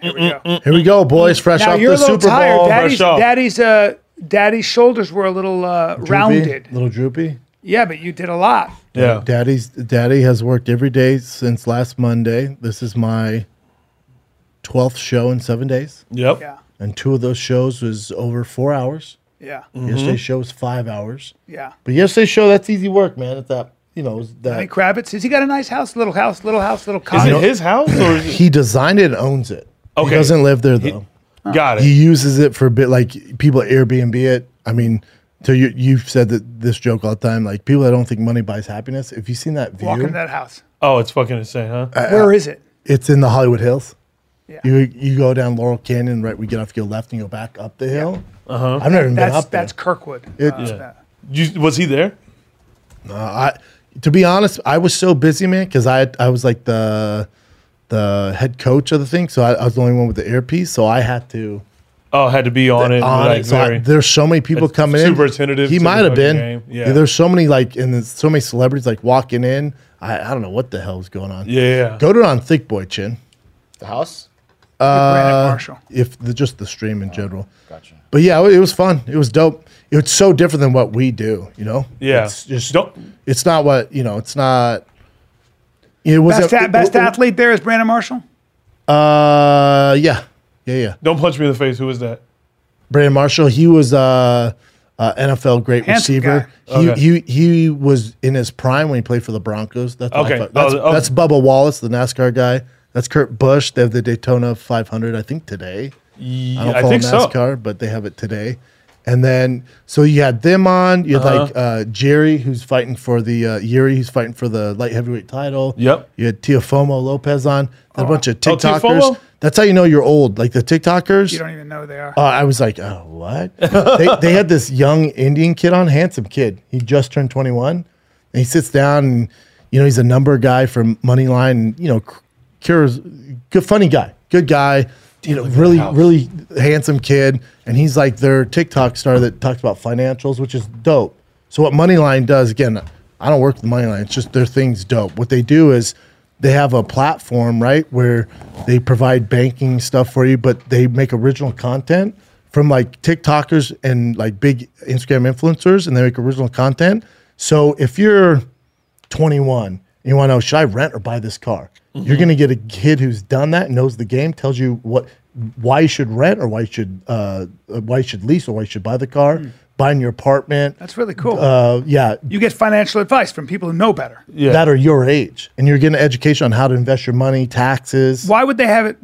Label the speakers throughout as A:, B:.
A: Here we go.
B: Here we go, boys. Fresh
A: Now
B: off
A: you're a
B: the
A: little
B: Super
A: tired.
B: Bowl.
A: Daddy's,
C: off.
A: daddy's, uh, daddy's shoulders were a little uh,
B: Droopy?
A: rounded.
B: Little droopy.
A: Yeah, but you did a lot.
C: Yeah.
B: Daddy's daddy has worked every day since last Monday. This is my twelfth show in seven days,
C: Yep.
A: Yeah,
B: and two of those shows was over four hours.
A: yeah,
B: Yesterday's show was five hours.
A: yeah.
B: But yesterday's show, that's easy work, man. It's that you know it's
A: Lenny
B: that
A: Kravitz, has he got a nice house? Little house, little house, little
C: Is
A: cottage.
C: it his house or is it?
B: he designed it, and owns it. Okay,
C: Okay.
B: he doesn't live there though.
C: Got
B: he
C: it.
B: uses it for a bit like people Airbnb it. I mean, so you you've said that this joke all the time. Like people that don't think money buys happiness. If you Uh, seen that view,
A: Walk in that house.
C: Oh, it's fucking insane, huh?
A: Where is it?
B: it's in the Hollywood Hills.
A: Yeah.
B: You you go down Laurel Canyon, right? We get off, you go left and go back up the hill. Uh-huh. I've never even been
A: That's
B: up there.
A: that's Kirkwood.
B: It-
A: Uh,
B: Yeah.
A: that-
C: You, was he there?
B: Uh, I, to be honest, I was so busy, man, because I I was like the the head coach of the thing, so I, I was the only one with the earpiece, so I had to
C: Oh, had to be on it.
B: on
C: like,
B: it. So I-
C: very-
B: there's so many people
C: It's
B: coming in.
C: super attentive
B: He
C: to the
B: might have
C: fucking
B: been.
C: game.
B: Yeah.
C: Yeah.
B: There's so many like, and there's so many celebrities like walking in. I, I don't know what the hell's going on.
C: yeah.
B: Go to it on Thick Boy Chin.
D: The house?
B: Uh,
A: Brandon Marshall.
B: if the, just the stream
C: Oh,
B: in general.
D: Gotcha.
B: But yeah, it was fun. It was dope. It's so different than what we do, you know.
C: Yeah.
B: it's just
C: Don't-
B: It's not what you know. It's not. It was
A: Best, a- best athlete there is Brandon Marshall.
B: Uh, yeah, yeah, yeah.
C: Don't punch me in the face. Who was that?
B: Brandon Marshall. He was a, uh NFL great
A: Handsome
B: receiver.
C: guy.
B: He,
C: Okay.
B: he he was in his prime when he played for the Broncos. That's what I
C: Okay.
B: thought. That's,
C: Oh, okay.
B: that's Bubba Wallace, the NASCAR guy. That's Kurt Busch. They have the Daytona 500, I think, today. I
C: Yeah,
B: don't
C: I
B: follow
C: think so.
B: NASCAR, but they have it today. And then, so you had them on. You had
C: Uh-huh.
B: like uh, Jerry, who's fighting for the uh, Yuri, who's fighting for the light heavyweight title.
C: Yep.
B: You had Tiafomo Lopez on. A bunch of
C: Oh, Teofimo?
B: TikTokers. That's how you know you're old. Like the TikTokers.
A: You don't even know who they are.
B: Uh, I was like, oh, what? they, they had this young Indian kid on, handsome kid. He just turned 21. And he sits down and, you know, he's a number guy from Moneyline and, you know, c- cures, good, funny guy, good guy, you know, really, really handsome kid. And he's like their TikTok star that talks about financials, which is dope. So what Moneyline does, again, I don't work with Moneyline. It's just their thing's dope. What they do is they have a platform, right, where they provide banking stuff for you, but they make original content from like TikTokers and like big Instagram influencers, and they make original content. So if you're 21 and you want to know should I rent or buy this car, you're going to get a kid who's done that, knows the game, tells you what why you should rent or why you should uh, why you should lease or why you should buy the car, buying your apartment.
A: That's really cool.
B: uh, yeah,
A: you get financial advice from people who know better.
C: Yeah.
B: that are your age, and you're getting education on how to invest your money, taxes.
A: Why would they have it?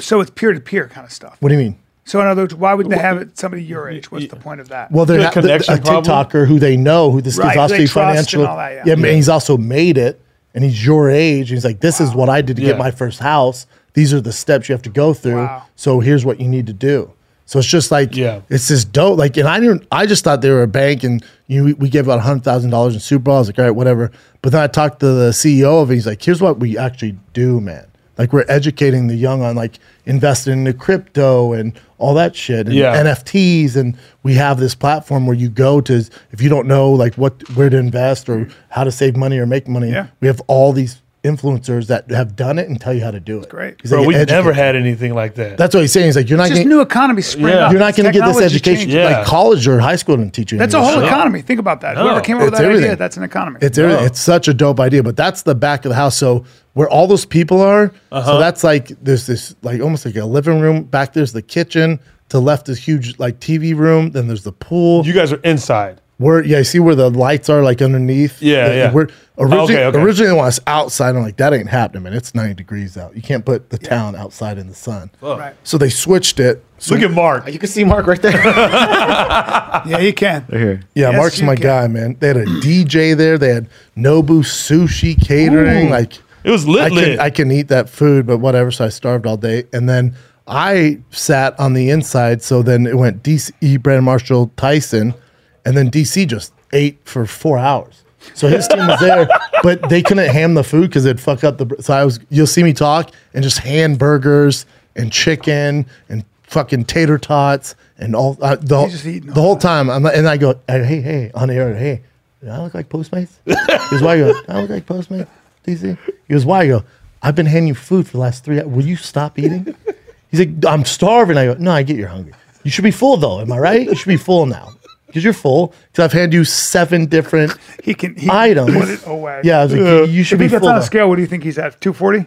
A: So it's peer to peer kind of stuff.
B: What do you mean?
A: So in other words, why would they have it somebody your age? What's the point of that?
B: Well, they're
C: The
B: not, the, a
C: connection problem?
B: TikToker who they know who this
A: Right,
B: kid's
A: who
B: also
A: they trust and
B: financial.
A: all that, yeah.
B: and he's also made it, and he's your age. And he's like, "This is what I did to
C: Yeah.
B: get my first house. These are the steps you have to go through.
A: Wow.
B: So here's what you need to do." So it's just like,
C: Yeah.
B: it's just dope. Like, and I didn't. I just thought they were a bank, and you know, we gave about hundred thousand dollars in Super Bowl. I was like, all right, whatever. But then I talked to the CEO of it. He's like, here's what we actually do, man. Like we're educating the young on like investing into crypto and all that shit and
C: Yeah.
B: NFTs, and we have this platform where you go to if you don't know like what where to invest or how to save money or make money.
A: Yeah.
B: We have all these influencers that have done it and tell you how to do it.
A: great.
B: He's
C: Bro,
B: like,
C: we
B: "Educate."
C: never had anything like that.
B: That's what he's saying. He's like, you're not
A: It's just
B: getting,
A: new economy spring
C: Yeah.
A: up.
B: you're not going to get this
A: Technology
B: education.
A: changes.
C: Yeah.
B: Like college or high school didn't teach you.
A: That's a
B: any of
A: whole
B: that shit.
A: economy. Think about that.
C: No.
A: Whoever came up with
B: It's
A: that idea,
B: everything.
A: that's an economy.
B: It's everything.
C: No.
B: It's such a dope idea, but that's the back of the house. So where all those people are,
C: Uh-huh.
B: so that's like there's this like almost like a living room. Back there's the kitchen. To the left is huge like TV room. Then there's the pool.
C: you guys are inside.
B: Where yeah, you see where the lights are like underneath.
C: Yeah,
B: The-
C: yeah.
B: Where, originally,
C: Okay, okay.
B: originally when I was outside, I'm like, that ain't happening, man. It's 90 degrees out. You can't put the town outside in the sun.
A: Right.
B: So they switched it. So
C: Look at Mark.
D: You can see Mark right there.
A: yeah, you can.
D: here.
B: yeah,
A: Yes,
B: Mark's
A: you
B: my
A: can.
B: guy, man. They had a DJ there. They had Nobu sushi catering.
C: Ooh.
B: Like
C: It was lit
B: I
C: lit.
B: can I can eat that food, but whatever. So I starved all day, and then I sat on the inside. So then it went DC Brandon Marshall Tyson, and then DC just ate for four hours. So his team was there, but they couldn't ham the food because it'd fuck up the. br- So I was you'll see me talk and just hand burgers and chicken and fucking tater tots and all uh, the whole-
A: just eating
B: the whole time. I'm like- and I go hey hey, hey on the air hey. Do I look like Postmates? His wife goes, I look like Postmates, DC. He goes, why? I go, I've been handing you food for the last three hours. Will you stop eating? He's like, I'm starving. I go, no, I get you're hungry. You should be full though. Am I right? You should be full now because you're full. Because I've handed you seven different.
A: He can he
B: Items.
A: put it away.
B: Yeah, I was like, you
A: I
B: should be
A: think that's
B: full.
A: on a
B: though."
A: scale. What do you think he's at? Two forty.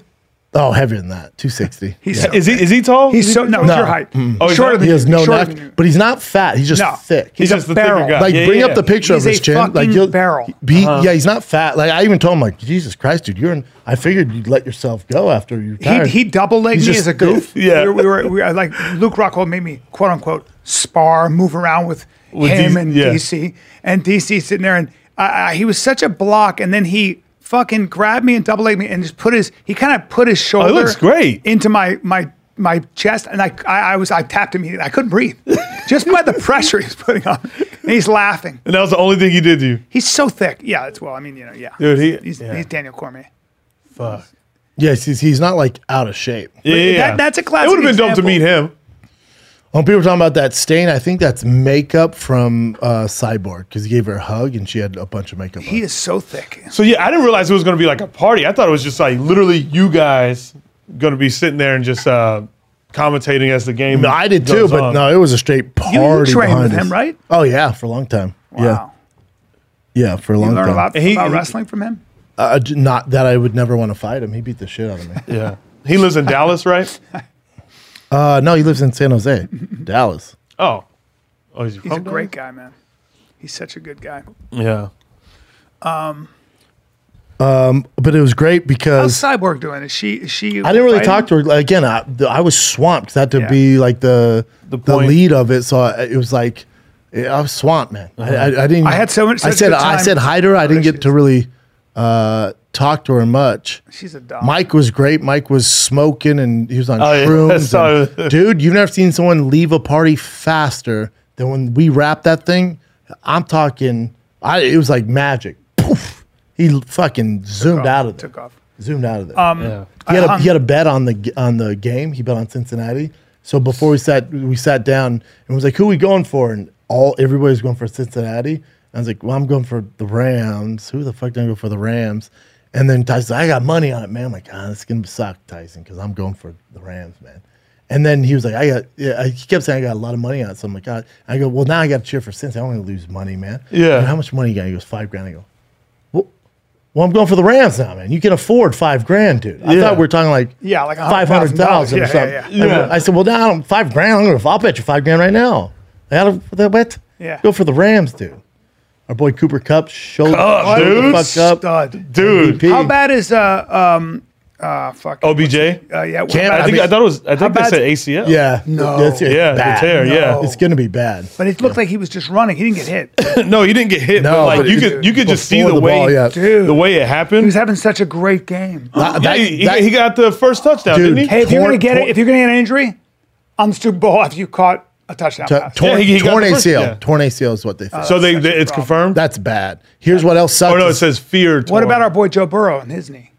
B: Oh, heavier than that, two sixty.
A: He's so,
C: Is he is he tall?
A: he's so no, it's
B: No.
A: your height.
C: Oh, he's
A: shorter
C: not-
A: than
B: He has
A: you,
B: no
A: shorter
B: neck,
A: than you.
B: but he's not fat. He's just
A: No.
B: thick.
C: He's
A: a
C: just the thicker
A: barrel.
C: guy.
B: like
C: Yeah,
B: bring
C: yeah,
B: up the
C: yeah.
B: picture
A: He's
B: of his
A: a
B: chin. Like
A: fucking
B: you'll-
A: barrel. Uh-huh.
B: He, Yeah, he's not fat. Like I even told him, like Jesus Christ, dude, you're. In, I figured you'd let yourself go after you.
A: He, he double legged
B: He's
A: me
B: just
A: as a goof.
C: Yeah.
A: we were, we were, we were- like Luke Rockhold made me quote unquote spar, move around with,
C: With
A: him
C: D-
A: and
C: yeah.
A: DC, and DC sitting there, and I, I, he was such a block, and then he fucking grabbed me and double legged me, and just put his he kind of put his shoulder
C: Oh, looks great.
A: into my my my chest, and I I, I was I tapped him, I couldn't breathe just by the pressure he's putting on, and he's laughing.
C: and that was the only thing he did to you.
A: He's so thick. Yeah, it's well, I mean, you know, yeah,
C: Dude, he-
A: he's,
C: yeah.
A: he's Daniel Cormier.
C: Fuck.
B: yes, he's, he's not like out of shape.
C: Yeah, yeah,
A: that-
C: yeah.
A: that's a classic
C: It would have been dope to
A: example.
C: meet him.
B: When people were talking about that stain, I think that's makeup from uh, Cyborg because he gave her a hug and she had a bunch of makeup.
A: He
B: on.
A: is so thick.
C: So yeah, I didn't realize it was going to be like a party. I thought it was just like literally you guys going to be sitting there and just uh, commentating as the game.
B: No, I did too,
C: goes
B: but
C: on.
B: no, it was a straight party.
A: trained
B: behind
A: with
B: us.
A: him, right?
B: Oh yeah, for a long time.
A: Wow.
B: Yeah, yeah, for a long
A: You learn
B: time.
A: a lot
C: And he-
A: about
C: he-
A: wrestling from him.
B: Uh, j- not that I would never want to fight him. He beat the shit out of me.
C: Yeah, he lives in Dallas, right?
B: Uh, no, he lives in San Jose, Dallas.
C: Oh, oh, he's,
A: He's a great guy, man. He's such a good guy.
C: Yeah,
B: But it was great
A: How's
B: because
A: Cyborg doing? Is she? Is she?
B: I didn't really talk to her like, again. I, the, I was swamped. That to
A: Yeah.
B: be like the the,
C: point.
B: lead of it. So I, it was like eh, I was swamped, man. I, I, I didn't.
A: I had so much-
B: I
A: such
B: said
A: good
B: I
A: time.
B: said hi to her. I didn't
A: There
B: get
A: she
B: to
A: is.
B: really uh, talk to her much.
A: She's a dog.
B: Mike was great. Mike was smoking and he was on
C: Oh, yeah.
B: shrooms.
C: So-
B: and- dude, you've never seen someone leave a party faster than when we wrapped that thing. I'm talking. I it was like magic. Poof. He l- fucking zoomed out of there.
A: Took off.
B: Zoomed out of there.
A: Um,
C: yeah.
B: He had,
A: I
B: a,
A: hung-
B: he had a bet on the g- on the game. He bet on Cincinnati. So before we sat we sat down and was like, "Who we going for?" And all everybody's going for Cincinnati. And I was like, "Well, I'm going for the Rams. Who the fuck did I go for the Rams?" And then Tyson's like, "I got money on it, man." I'm like, "Ah, this is gonna suck, Tyson, because I'm going for the Rams, man." And then he was like, "I got." Yeah, I- he kept saying, "I got a lot of money on it." So I'm like, "God." I go, "Well, now I got to cheer for Cincinnati. I want to lose money, man."
C: Yeah.
B: "And how much money you got? He goes, five grand. I go, well, I'm going for the Rams now, man. You can afford five grand, dude. I
C: Yeah.
B: thought we were talking like
A: Yeah, like
B: five hundred thousand or
A: $100,000.
B: something.
A: Yeah, yeah,
C: yeah. Yeah.
B: I said, well, now I don't, five grand. I'm gonna, I'll bet you five grand right now. I gotta for that bet.
A: Yeah.
B: Go for the Rams, dude. Our boy Cooper Cup showed
C: Cup,
B: showed
C: dude.
B: the fuck up.
A: Stud.
C: dude.
B: MVP.
A: How bad is uh um uh fuck
C: OBJ.
A: uh, yeah what
B: Can't-
A: about-
C: I think I,
B: mean-
C: thought it was. I think they
A: bad's-
C: said ACL.
B: Yeah.
A: No.
B: That's it.
C: yeah, the
B: Bad.
C: tear.
A: No.
B: It's gonna be bad.
A: but it looked like he was just running. He didn't get hit.
C: Yeah, no, he didn't get hit. but
B: No,
C: like
B: but
C: you
B: it-
C: could, you could just see
B: before
C: the,
B: the
C: way,
B: ball, yeah.
A: Dude.
C: the way it
A: He
C: happened.
A: was having such a great game.
B: That-
C: Yeah,
B: that-
C: he,
B: that-
C: he got the first touchdown,
B: Dude,
C: didn't he?
A: Hey, if you're
B: Torn-
A: gonna get it,
B: torn-
A: if you're gonna get an injury on the Super Bowl after you caught a touchdown
B: t-
A: pass.
B: torn,
C: Yeah, he- he got
B: torn
C: the first-
B: ACL.
C: yeah. Uh,
B: Torn ACL is what they think.
C: so they,
A: such
C: they
A: a
C: it's
A: problem.
C: confirmed.
B: That's bad. Here's what else sucks.
C: oh no, it
B: is-
C: says feared.
A: what about our boy Joe Burrow and his knee?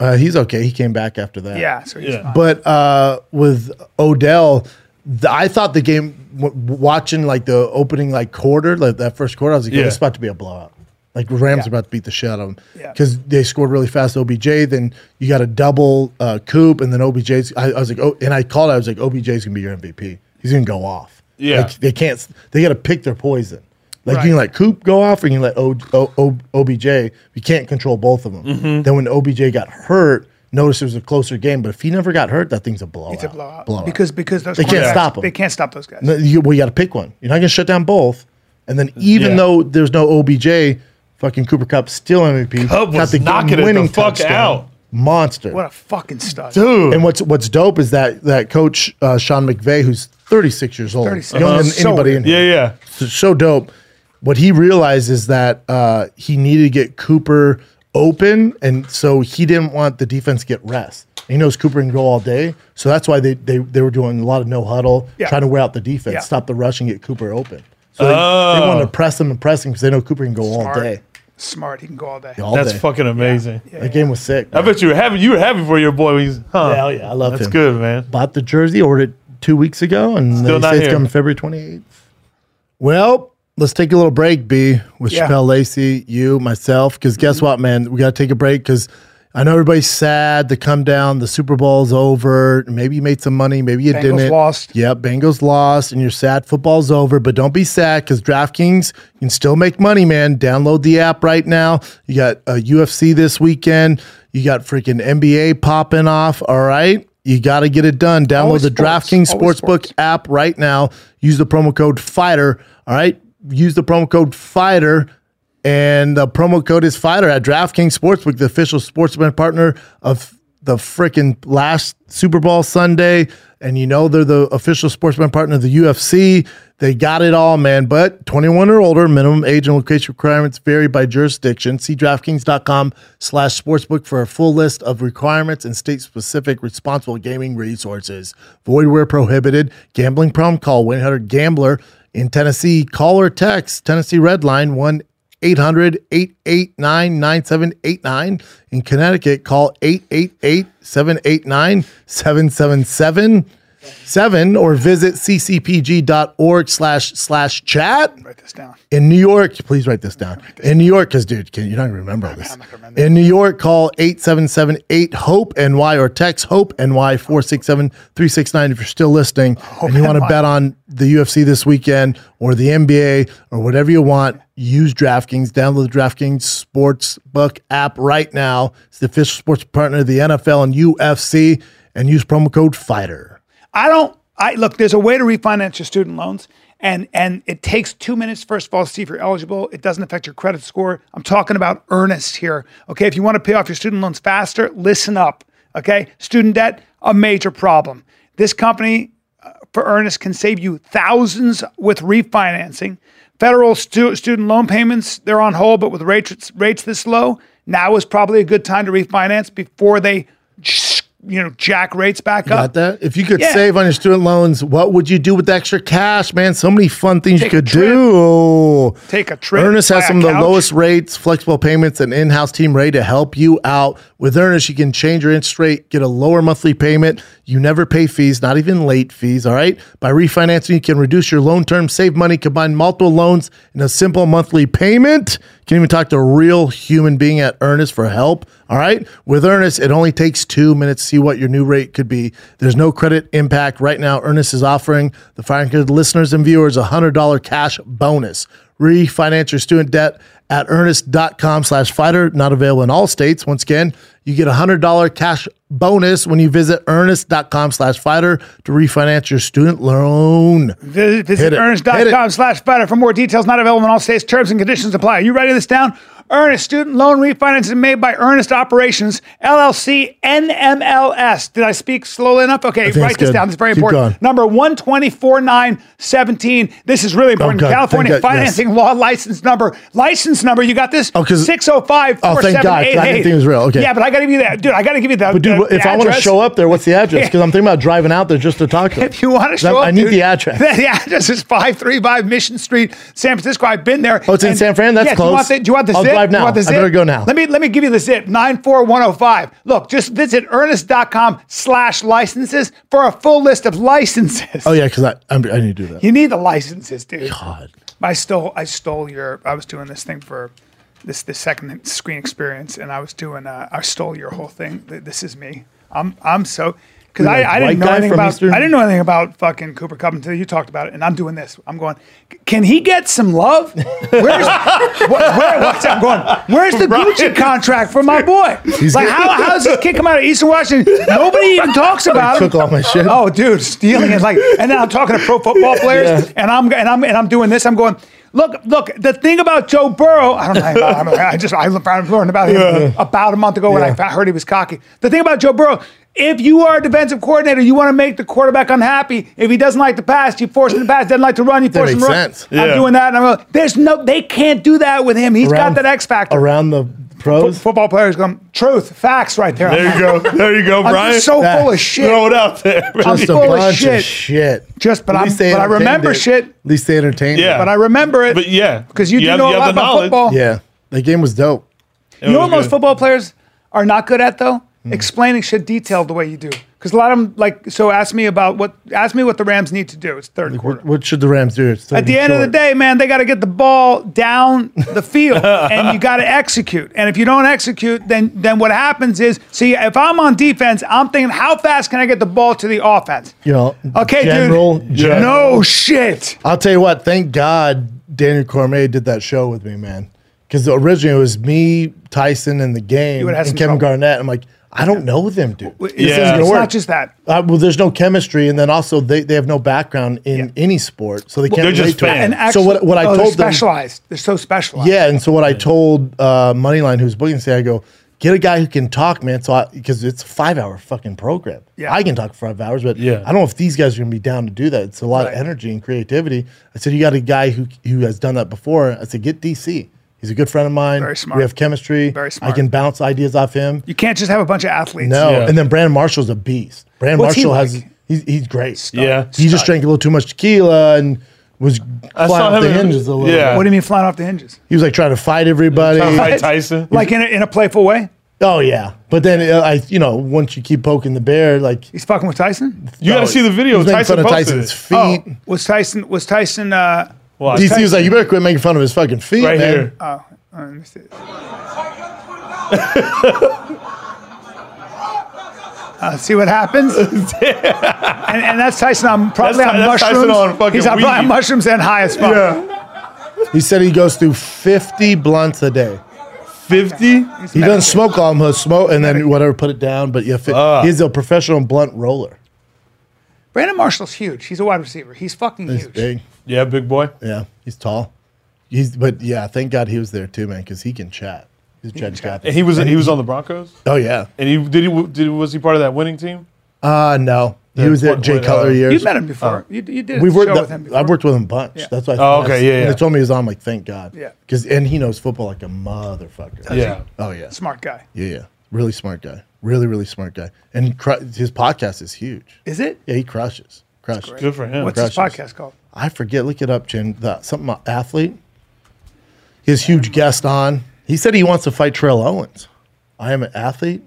B: uh, he's okay. He came back after that.
A: Yeah, so he's
C: Yeah.
A: fine.
B: But uh, with Odell, the, I thought the game w- watching like the opening like quarter, like that first quarter, I was like,
C: Yeah.
B: this is about to be a blowout. Like Rams
A: Yeah.
B: are about to beat the shit out of them
A: Yeah.
B: because they scored really fast. OBJ, then you got a double uh, Coop, and then OBJ's. I, I was like, oh, and I called. I was like, OBJ's gonna be your MVP. He's gonna go off.
C: Yeah.
B: like, they can't. s- They got to pick their poison. Like
A: Right.
B: you can let Coop go off, or you can let o, o, o, OBJ. You can't control both of them.
A: Mm-hmm.
B: Then when OBJ got hurt, notice it was a closer game. But if he never got hurt, that thing's a blowout.
A: It's a blowout.
B: Blowout.
A: Because because those
B: They can't
A: cornerbacks-
B: stop 'em.
A: They can't stop those guys.
B: No, you, well, you got to pick one. You're not going to shut down both. And then even
C: Yeah.
B: though there's no OBJ, fucking Cooper Cup still MVP.
C: Cup was knocking it the
B: game-winning
C: fuck out.
B: Monster.
A: What a fucking stud.
C: dude?
B: And what's what's dope is that that coach uh, Sean McVay, who's 36 years old,
A: 36.
B: younger than
A: Uh-huh. So
B: anybody
A: good.
B: in here
C: Yeah, yeah.
B: so- so dope. What he realized is that uh, he needed to get Cooper open, and so he didn't want the defense to get rest. He knows Cooper can go all day, so that's why they they, they were doing a lot of no huddle,
A: Yeah.
B: trying to wear out the defense,
A: Yeah.
B: stop the rush, and get Cooper open. So they, they
C: Oh.
B: wanted to press him and press him because they know Cooper can go all
A: Smart.
B: day.
A: Smart. He can go all day.
B: All
C: That's
B: day.
C: fucking amazing.
B: That game was sick.
C: I bet you were happy. You were happy for your boy. He's huh.
B: Hell yeah, I love
C: That's
B: him.
C: good, man.
B: bought the jersey, ordered it two weeks ago, and they
C: Still not
B: say it's
C: here.
B: coming February 28th. Well, let's take a little break, B, with
A: Yeah.
C: Mm-hmm.
B: Chappelle Lacey, you, myself, because guess what, man? We got to take a break because I know everybody's sad. The come down, the Super Bowl's over. Maybe you made some money. Maybe you
A: Bengals
B: didn't.
A: lost.
B: Yep, Bengals lost, and you're sad. Football's over, but don't be sad because DraftKings you can still make money, man. Download the app right now. You got uh, UFC this weekend. You got freaking NBA popping off. All right, you got to get it done. Download
A: Always
B: the
A: sports.
B: DraftKings
A: Always
B: Sportsbook
A: sports.
B: app right now. Use the promo code Fighter. All right, use the promo code Fighter. And the promo code is Fighter at DraftKings Sportsbook, the official sportsman partner of the freaking last Super Bowl Sunday. And you know they're the official sportsman partner of the UFC. They got it all, man. But 21 or older, minimum age and location requirements vary by jurisdiction. See DraftKings.com slash sportsbook for a full list of requirements and state-specific responsible gaming resources. Void where prohibited. Gambling problem call 1-800-GAMBLER. In Tennessee, call or text Tennessee Red Line 1- 800 889 9789. In Connecticut, call 888 789 7777 or visit ccpg.org slash slash chat.
A: Write this down.
B: In New York, please write this down. In New York, because dude, can, you're not gonna remember all this. In New York, call 877-8 HOPE NY E, or text HOPE NY 467-369 if you're still listening and you want to bet on the UFC this weekend or the NBA or whatever you want. Use DraftKings. Download the DraftKings Sportsbook app right now. It's the official sports partner of the NFL and UFC. And use promo code FIGHTER.
A: I don't. I look. There's a way to refinance your student loans, and and it takes two minutes. First of all, to see if you're eligible. It doesn't affect your credit score. I'm talking about earnest here. Okay, if you want to pay off your student loans faster, listen up. Okay, student debt a major problem. This company uh, for earnest can save you thousands with refinancing. Federal stu- student loan payments they're on hold, but with rates rates this low, now is probably a good time to refinance before they. You know, jack rates back up.
B: Got that? If you could
A: Yeah.
B: save on your student loans, what would you do with the extra cash, man? So many fun things
A: Take a
B: you could
A: trip.
B: do.
A: Take a trip,
B: Earnest has
A: buy a
B: some of the
A: couch.
B: lowest rates, flexible payments, and in-house team ready to help you out. With Earnest, you can change your interest rate, get a lower monthly payment. You never pay fees, not even late fees. All right. By refinancing, you can reduce your loan term, save money, combine multiple loans in a simple monthly payment. You can even talk to a real human being at Earnest for help. All right. With Earnest, it only takes two minutes to see what your new rate could be. There's no credit impact right now. Earnest is offering the Firing Good listeners and viewers a hundred dollar cash bonus refinance your student debt at earnest.com slash fighter not available in all states once again you get a hundred dollar cash bonus when you visit earnest.com slash fighter to refinance your student loan
A: Vis- Visit
B: it. Hit
A: earnest.com
B: it.
A: slash fighter for more details. Not available in all states. Terms and conditions apply. Are you writing this down? Earnest student loan refinancing made by Earnest Operations, LLC, NMLS. Did I speak slowly enough? Okay,
B: think
A: write
B: it's
A: this
B: good.
A: down. It's very
B: Keep
A: important.
B: going.
A: Number 124917. This is really important.
B: Oh, God.
A: California
B: Thank God. Yes.
A: financing law license number. License number. You got this?
B: Oh, 'cause-
A: 605
B: Oh, thank God. I didn't think it was real. Okay.
A: Yeah, but I got to give you that. Dude, I got to give you that.
B: but dude if i want to show up there what's the address because i'm thinking about driving out there just to talk to
A: If you want to show
B: I,
A: up,
B: i need
A: dude,
B: the address
A: The address is 535 Mission Street, San Francisco. I've been there.
B: Oh, it's in San Fran? That's
A: yeah, Do you want
B: close.
A: the, do you want the
B: I'll
A: zip?
B: drive
A: Do You
B: now.
A: want the
B: I
A: zip?
B: better go now.
A: Let me let me give you the zip 94105. Look, just visit earnest.com slash licenses for a full list of licenses.
B: oh yeah because I, I'm- I need to do that
A: You need the licenses, dude.
B: God.
A: I stole I stole your I was doing this thing for this this second screen experience and I was doing uh, I stole your whole thing. Th- This is me. I'm I'm so because I,
B: You're
A: I didn't
B: like white
A: know
B: guy
A: anything
B: from
A: about
B: Eastern-
A: I didn't know anything about fucking Cooper Cup until you talked about it and I'm doing this. I'm going. "C- Can he get some love? Where's wh- where, what's I'm going? Where's the Gucci contract for my boy? like how how's this kid come out of Eastern Washington? Nobody even talks about him.
B: took all my shit.
A: Oh, dude, stealing it like, and then I'm talking to pro football players, and I'm and I'm and I'm doing this. I'm going. Look, look. The thing about Joe Burrow, I don't know. I, don't know, I just I found learned about him about a month ago when I
B: Yeah.
A: found, heard he was cocky. The thing about Joe Burrow, if you are a defensive coordinator, you want to make the quarterback unhappy. If he doesn't like to pass, you force him to pass. Doesn't like to run, you force him to run.
B: makes sense.
A: I'm
C: Yeah.
A: doing that, and I'm going. There's no. They can't do that with him. He's got
B: Around-
A: that X factor.
B: around the pros
A: Football players going truth, facts, right there.
C: There you go. There you go,
A: I'm
C: Brian.
A: just so
B: Facts.
A: full of shit.
C: Throw it out there.
A: I'm
B: just a
A: full of
B: bunch
A: shit.
B: of shit
A: Just- but
B: At
A: I'm-
B: least they
A: but I
B: entertained
A: remember
B: it.
A: shit.
B: at least they entertained
C: Yeah.
B: yeah
A: but I remember it.
C: But yeah,
A: because you, do
C: have-
A: know a
C: have
A: lot
C: the
A: about
C: knowledge.
A: football.
B: yeah the game was dope
A: You know
C: was
A: what most
C: good. Hmm.
A: football players are not good at though? explaining shit detailed the way you do. Because a lot of them, like, so ask me about what, ask me what the Rams need to do. It's third quarter.
B: What, what should the Rams do? It's
A: At the end of the day, man, they got to get the ball down the field, and you got to execute. And if you don't execute, then then what happens is, see, if I'm on defense, I'm thinking, how fast can I get the ball to the offense?
B: you know,
A: Okay,
B: general,
A: dude.
B: general.
A: No shit.
B: I'll tell you what. Thank God Daniel Cormier did that show with me, man. Because originally it was me, Tyson, and the game,
A: would've
B: and
A: had
B: Kevin
A: some trouble.
B: Garnett. I'm like, I don't know them, dude.
A: It's,
C: Yeah.
A: it's
C: Gonna
A: not just that.
B: Uh, well, there's no chemistry, and then also they, they have no background in any sport, so they can't
C: they're
B: relate
C: just
B: to
C: fans.
B: it.
C: And
B: so what, what I
A: oh, they're
B: told them,
A: specialized. They're so specialized.
B: yeah, and so what I told uh, Moneyline, who's booking, say I go get a guy who can talk, man. So because it's a five hour fucking program,
A: Yeah.
B: I can talk for five hours, but
C: Yeah.
B: I don't know if these guys are gonna be down to do that. It's a lot
A: Right.
B: of energy and creativity. I said you got a guy who who has done that before. I said get DC. He's a good friend of mine.
A: Very smart.
B: We have chemistry.
A: Very
B: I
A: smart.
B: can bounce ideas off him.
A: You can't just have a bunch of athletes.
B: No,
C: Yeah.
B: and then Brandon Marshall's a beast. Brandon
A: What's he
B: Marshall
A: like?
B: has he's, he's great.
C: Yeah.
B: He just drank a little too much tequila and was
C: I
B: flying
C: saw
B: off the
C: him in-
B: hinges a little.
C: yeah.
B: bit.
A: What do you mean flying off the hinges?
B: He was like trying to fight everybody.
C: Mike Tyson.
A: Like in a, in a playful way?
B: oh yeah, but then uh, I, you know, once you keep poking the bear, like oh,
A: He's fucking with Tyson.
C: you got to see the video.
B: he's making
C: Tyson
B: fun of
C: posted
B: Tyson's
C: it.
B: feet.
A: Oh, was Tyson? Was Tyson? Uh,
C: Watch.
B: DC was like, "You better quit making fun of his fucking feet,
C: right
B: man."
C: here.
A: oh, uh, let me see. uh, Uh, see what happens. and, and that's Tyson on probably
C: That's
A: on
C: Ty- that's Tyson
A: mushrooms.
C: on fucking
A: He's on probably on
C: weed.
A: mushrooms and high as fuck.
B: He said he goes through fifty blunts a day.
C: Fifty.
B: He doesn't smoke all of them. He'll smoke and then whatever, put it down. But yeah, fi- he's a professional blunt roller.
A: Brandon Marshall's huge. He's a wide receiver. He's fucking
B: He's
A: huge.
B: big.
C: Yeah, big boy.
B: Yeah, he's tall. He's but yeah, thank God he was there too, man, because he can chat. He's Judge Gathers.
C: And he was he was on the Broncos.
B: Oh yeah.
C: And he did he did was he part of that winning team?
B: Uh no, he
C: Yeah,
B: was at
C: what-
B: Jay
C: what, uh,
B: Cutler
A: You've
B: years.
A: met him before. you, you did a
B: Uh, We've worked.
A: show with
B: that-
A: him before.
B: I've worked with him a bunch.
A: Yeah.
B: That's why.
C: Oh, okay, yeah,
B: When
C: yeah.
B: They told me he was on. I'm like, thank God.
A: Yeah.
B: Because and he knows football like a motherfucker.
C: Yeah.
B: Oh yeah.
A: Smart guy.
B: Yeah yeah. Really smart guy. Really really smart guy. And cru- his podcast is huge.
A: Is it?
B: Yeah, he crushes. Crushes.
C: Good for him.
A: What's his
B: Crushes.
A: podcast called?
B: I forget. Look it up, Jen. The, something about athlete. His huge guest on. He said he wants to fight Terrell Owens. I am an athlete.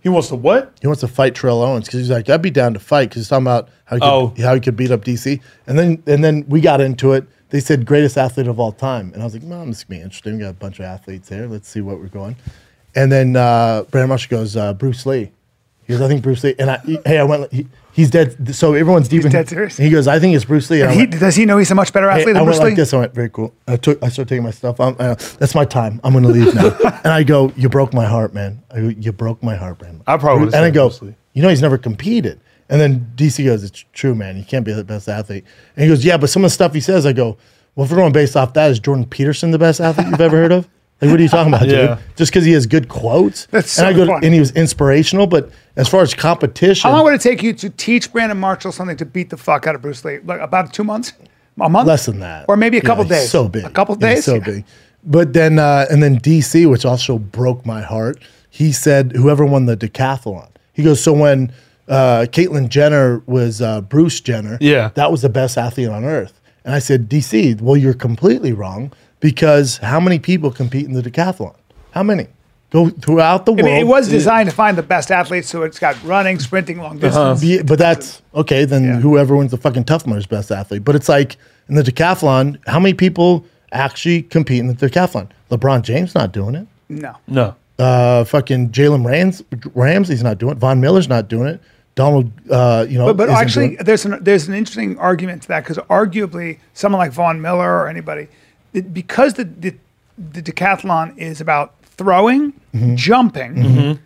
C: He wants to what?
B: He wants to fight Terrell Owens because he's like, I'd be down to fight because he's talking about how he, could,
C: Oh.
B: how he could beat up DC. And then and then we got into it. They said greatest athlete of all time, and I was like, Mom, this is gonna be interesting. We got a bunch of athletes there. Let's see what we're going. And then uh, Brandon Marshall goes, uh, Bruce Lee. He goes, I think Bruce Lee. And I, he- hey, I went. He, he's dead. So everyone's deep. in-
A: dead serious?
B: He goes, I think it's Bruce Lee. And I
A: He,
B: went-
A: does he know he's a much better athlete
B: I, I
A: than
B: went
A: Bruce
B: like
A: Lee?
B: this. I went very cool. I took. I started taking my stuff. I'm, uh, that's my time. I'm gonna leave now. and I go. You broke my heart, man. I go, you broke my heart, man.
C: I probably would've
B: And I
C: said
B: go.
C: Bruce Lee.
B: You know he's never competed. And then DC goes, it's true, man. You can't be the best athlete. And he goes, yeah, but some of the stuff he says, I go, well, if we're going based off that, is Jordan Peterson the best athlete you've ever heard of? Like, what are you talking about,
C: Yeah.
B: dude? Just because he has good quotes.
A: That's
B: and
A: so
B: I go,
A: funny.
B: and he was inspirational. But as far as competition,
A: How long would it take you to teach Brandon Marshall something to beat the fuck out of Bruce Lee? Like about two months, a month,
B: less than that,
A: or maybe a
B: Yeah,
A: couple
B: he's
A: days.
B: So big,
A: a couple
B: Yeah,
A: days.
B: he's so big. But then, uh, and then DC, which also broke my heart. He said, "Whoever won the decathlon." He goes, "So when uh, Caitlyn Jenner was uh, Bruce Jenner,
C: Yeah.
B: that was the best athlete on earth." And I said, "DC, well, you're completely wrong because how many people compete in the decathlon? How many go throughout the
A: I
B: world?"
A: mean, it was designed to find the best athletes, so it's got running, sprinting, long distance.
B: Yeah, but that's okay. Then whoever wins the fucking Tough Mudder's best athlete. But it's like in the decathlon, how many people actually compete in the decathlon? LeBron James not doing it.
A: No,
C: No.
B: Uh, fucking Jalen Rams, Ramsey's not doing it. Von Miller's not doing it. Donald, uh, you know,
A: but but
B: isn't
A: actually,
B: doing it.
A: there's an there's an interesting argument to that because arguably someone like Von Miller or anybody, it- because the the, the decathlon is about throwing,
B: Mm-hmm.
A: jumping,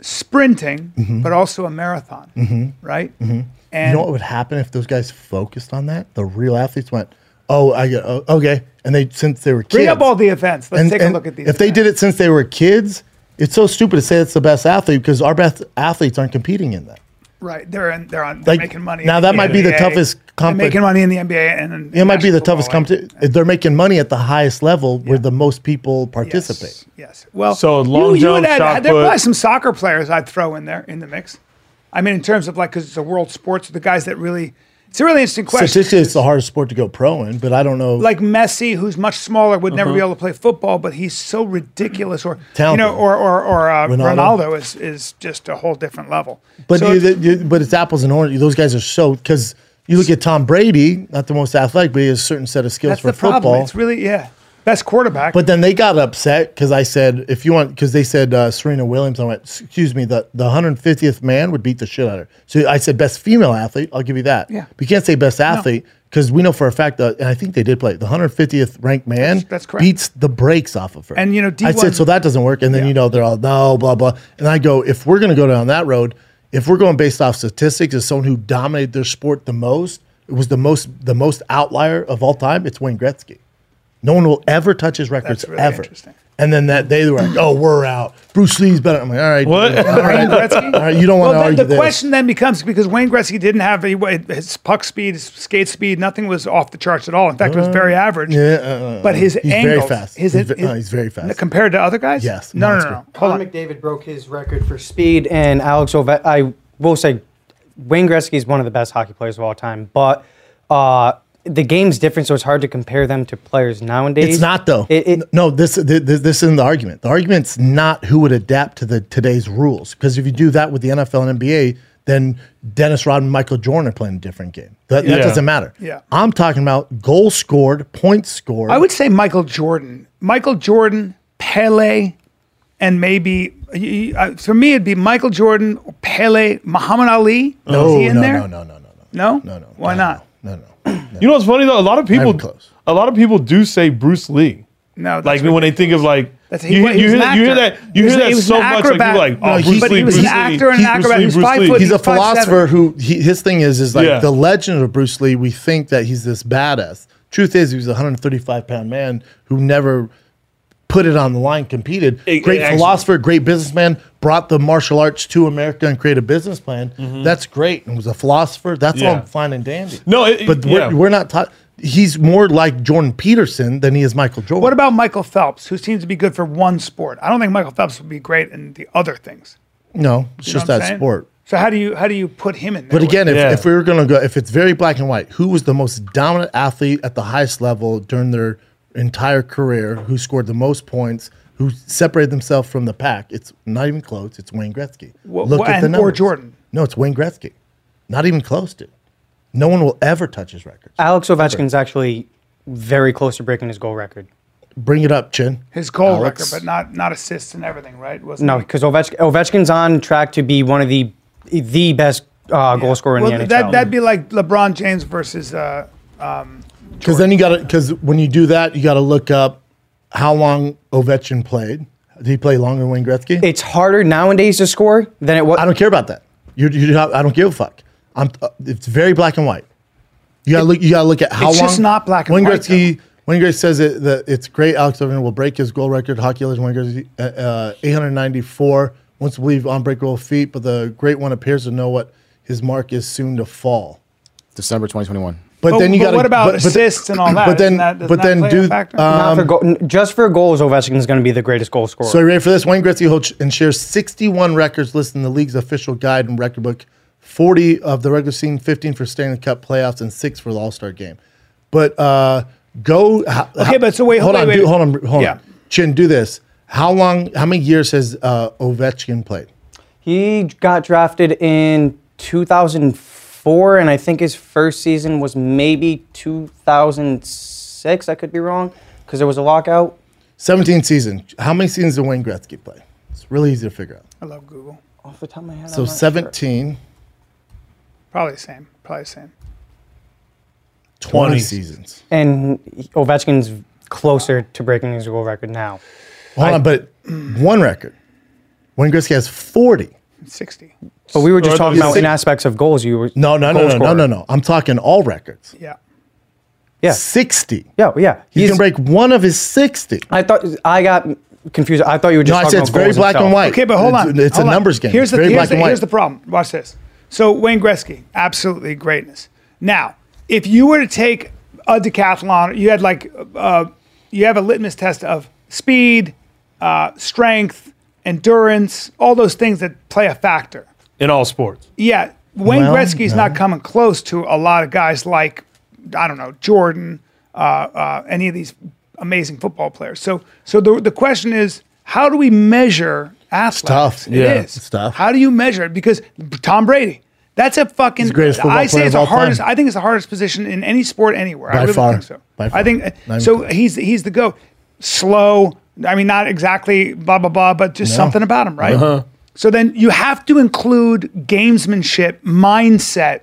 A: sprinting, but also a marathon,
B: Mm-hmm.
A: right? And
B: you know what would happen if those guys focused on that? The real athletes went, oh, I get, oh, okay, and they since they were kids,
A: bring up all the events. Let's
B: and-
A: take a
B: and
A: look at these.
B: If they did it since they were kids, it's so stupid to say it's the best athlete because our best athletes aren't competing in that.
A: Right, they're in, they're on they're
B: Like,
A: making money.
B: now
A: in
B: that might be the
A: NBA.
B: toughest
A: They're
B: compe-
A: making money in the NBA, and in
B: It might be
A: National
B: the toughest
A: Football League.
B: competition. They're making money at the highest level where the most people
A: Yes,
B: participate.
A: Yes. Well,
C: So, long
A: would
C: jump, shot
A: there are probably
C: put.
A: some soccer players I'd throw in there in the mix. I mean, in terms of like, because it's a world sports, the guys that really. It's a really interesting question.
B: Statistically, it's the hardest sport to go pro in, but I don't know.
A: like Messi, who's much smaller, would never be able to play football, but he's so ridiculous. Or you
B: Uh-huh. Talented.
A: know, or or, or uh, Ronaldo.
B: Ronaldo.
A: is is just a whole different level.
B: But
A: So
B: you,
A: it's-
B: you, but it's apples and oranges. Those guys are so because you look at Tom Brady, not the most athletic, but he has a certain set of skills
A: that's
B: for
A: the
B: football.
A: problem. It's really yeah, best quarterback.
B: but then they got upset because I said, if you want, because they said uh, Serena Williams, I went, excuse me, the, the 150th man would beat the shit out of her. So I said, best female athlete, I'll give you that.
A: Yeah.
B: But you can't say best athlete because we know for a fact that, and I think they did play, the 150th ranked man
A: that's correct.
B: beats the brakes off of her.
A: And, you know,
B: I
A: D1
B: said, so that doesn't work. And then, you know, they're all, no, blah, blah. And I go, if we're going to go down that road, if we're going based off statistics as someone who dominated their sport the most, it was the most the most outlier of all time, it's Wayne Gretzky. No one will ever touch his records
A: That's really
B: ever.
A: interesting.
B: And then that day they were like, "Oh, we're out. Bruce Lee's better." I'm like, "All right,
C: What?
B: dude. all
A: Wayne
B: right,
A: Gretzky?
B: all right, you don't want to
A: well, then
B: argue
A: the
B: this."
A: question then becomes because Wayne Gretzky didn't have he, his puck speed, his skate speed, nothing was off the charts at all. In fact, it was very average.
B: yeah, uh,
A: but his
B: he's very
A: angles,
B: fast.
A: his,
B: He's ve-
A: his-
B: uh, he's very fast.
A: compared to other guys.
B: Yes,
A: no, no, no,
B: monster.
A: no. Hold
E: Colin
A: on.
E: McDavid broke his record for speed, and Alex Ovechkin. I will say, Wayne Gretzky is one of the best hockey players of all time, but uh, the game's different, so it's hard to compare them to players nowadays.
B: It's not though.
E: It, it,
B: no, this, this this isn't the argument. The argument's not who would adapt to the today's rules. Because if you do that with the NFL and NBA, then Dennis Rodman, Michael Jordan are playing a different game. That, that
C: Yeah.
B: doesn't matter.
A: Yeah.
B: I'm talking about goal scored, points scored.
A: I would say Michael Jordan, Michael Jordan, Pele, and maybe y- y- uh, for me it'd be Michael Jordan, Pele, Muhammad Ali.
B: no,
A: Is he in
B: Oh, no,
A: there?
B: no, no, no, no, no,
A: No?
B: no, no.
A: Why
B: no,
A: not?
B: No, no. no.
C: You know what's funny though? A lot of people,
B: even close.
C: a lot of people do say Bruce Lee.
A: No, that's
C: Like when they think of like,
A: That's- he
C: you,
A: wa-
C: hear-
A: he
C: you,
A: was an
C: hear, that- you hear
A: actor.
C: that you
A: He
C: hear
A: was-
C: that
A: he was
C: so
A: an
C: much. Like
A: acrobat.
C: people like, oh,
A: No, he-
C: Bruce
A: but
C: Lee.
A: he was an
C: Bruce
A: actor and
C: Lee,
A: an
C: Bruce
A: acrobat.
C: Lee,
A: He's
C: Bruce
A: five
C: Lee."
A: foot-
B: he's a
A: He's five seven.
B: philosopher who he, his thing is is like
C: Yeah.
B: the legend of Bruce Lee. We think that he's this badass. Truth is, he was a 135 pound man who never put it on the line, competed.
C: It-
B: great
C: it actually-
B: philosopher, great businessman, brought the martial arts to America and created a business plan. That's great, and was a philosopher. That's
C: Yeah.
B: all fine and dandy.
C: No, it-
B: but
C: it-
B: we're,
C: yeah.
B: we're not taught. He's more like Jordan Peterson than he is Michael Jordan.
A: What about Michael Phelps, who seems to be good for one sport? I don't think Michael Phelps would be great in the other things.
B: no? It's
A: You know
B: just
A: what I'm
B: that
A: saying?
B: sport.
A: So how do you how do you put him in there?
B: But again, if,
C: Yeah.
B: if we were going to go, if it's very black and white, who was the most dominant athlete at the highest level during their entire career? Who scored the most points? Who separated themselves from the pack? It's not even close. It's Wayne Gretzky.
A: Wh- wh- and- or Jordan.
B: No, it's Wayne Gretzky. Not even close to. No one will ever touch his records.
E: Alex Ovechkin's actually very close to breaking his goal record.
B: Bring it up, Chin.
A: his goal
B: Alex.
A: record, but not not assists and everything, right? Wasn't
E: No,
A: he?
E: because Ovechkin, Ovechkin's on track to be one of the the best uh, goal scorer in
A: Well,
E: the NHL.
A: that that'd be like LeBron James versus. Uh,
B: Because then you got to. Because when you do that, you got to look up how long Ovechkin played. Did he play longer than Wayne Gretzky?
E: it's harder nowadays to score than it was.
B: I don't care about that. You, you not, I don't give a fuck. I'm. Uh, it's very black and white. You gotta look. You gotta look at how
A: It's
B: long.
A: just not black and
B: Wayne
A: white,
B: Gretzky. Wayne Gretzky says it, that it's great. Alex Ovechkin will break his goal record. Hockey legend Wayne Gretzky, uh, uh, 894. Wants to believe unbreakable feat, but the great one appears to know what his mark is soon to fall.
D: December 2021.
B: But,
A: But-
B: then you
A: but
B: got
A: what about assists and all that?
B: But then,
A: Isn't that- doesn't
B: but
A: that
B: then
A: play a
B: do.
A: factor?
B: um,
E: Not for goal, just for goals, Ovechkin's going to be the greatest goal scorer.
B: So are you ready for this? Wayne Gretzky holds and shares 61 records listed in the league's official guide and record book, 40 of the regular season, 15 for Stanley Cup playoffs, and six for the All Star game. But uh, go.
A: Okay, but so wait,
B: hold
A: wait,
B: on,
A: wait.
B: dude, hold on, hold
A: Yeah.
B: on. Chin, do this. How long? How many years has uh, Ovechkin played?
E: He got drafted in 2004, and I think his first season was maybe 2006. I could be wrong because there was a lockout.
B: 17 seasons. How many seasons did Wayne Gretzky play? It's really easy to figure out.
A: I love Google.
E: Off the top of my head, I'm
B: So
E: not sure.
B: 17,
A: Probably the same. Probably the same.
B: 20,
C: 20
B: seasons.
E: And Ovechkin's closer to breaking his goal record now.
B: Hold on, but one record. Wayne Gretzky has 40.
A: Sixty.
E: But we were
C: Or
E: just talking
C: the-
E: about in aspects of goals. You were
B: No, no, no,
E: goal
B: no, no,
E: scorer.
B: no, no. I'm talking all records.
A: Yeah.
E: Yeah,
B: 60.
E: yeah, yeah.
B: He
E: He's-
B: can break one of his 60.
E: I thought I got confused. I thought you were just
B: No, I
E: talking
B: said it's
E: about
B: very
E: goals
B: black
E: itself.
B: and white.
A: Okay, but hold
B: It's-
A: on.
B: It's
A: hold
B: a
A: on.
B: numbers game.
A: Here's
B: It's
A: the,
B: very
A: here's
B: black
A: the,
B: and white.
A: Here's the problem. Watch this. So Wayne Gretzky, absolutely greatness. Now, if you were to take a decathlon, you had like uh, you have a litmus test of speed, uh, strength, endurance, all those things that play a factor.
C: in all sports.
A: Yeah. Wayne
B: Well,
A: Gretzky's not coming close to a lot of guys like I don't know Jordan, uh, uh, any of these amazing football players. So so the the question is, how do we measure athletes?
B: tough.
A: It
B: Yeah,
A: is.
B: it's tough.
A: How do you measure it? Because Tom Brady. That's a fucking.
B: the greatest football
A: I say
B: player
A: it's the
B: of all time.
A: hardest. I think it's the hardest position in any sport anywhere. I
B: By
A: really
B: far.
A: think so.
B: By
A: I
B: far.
A: think
B: Not even
A: so.
B: close.
A: He's he's the goat. Slow. I mean, not exactly blah blah blah, but just something about him, right?
B: Uh-huh.
A: So then you have to include gamesmanship, mindset.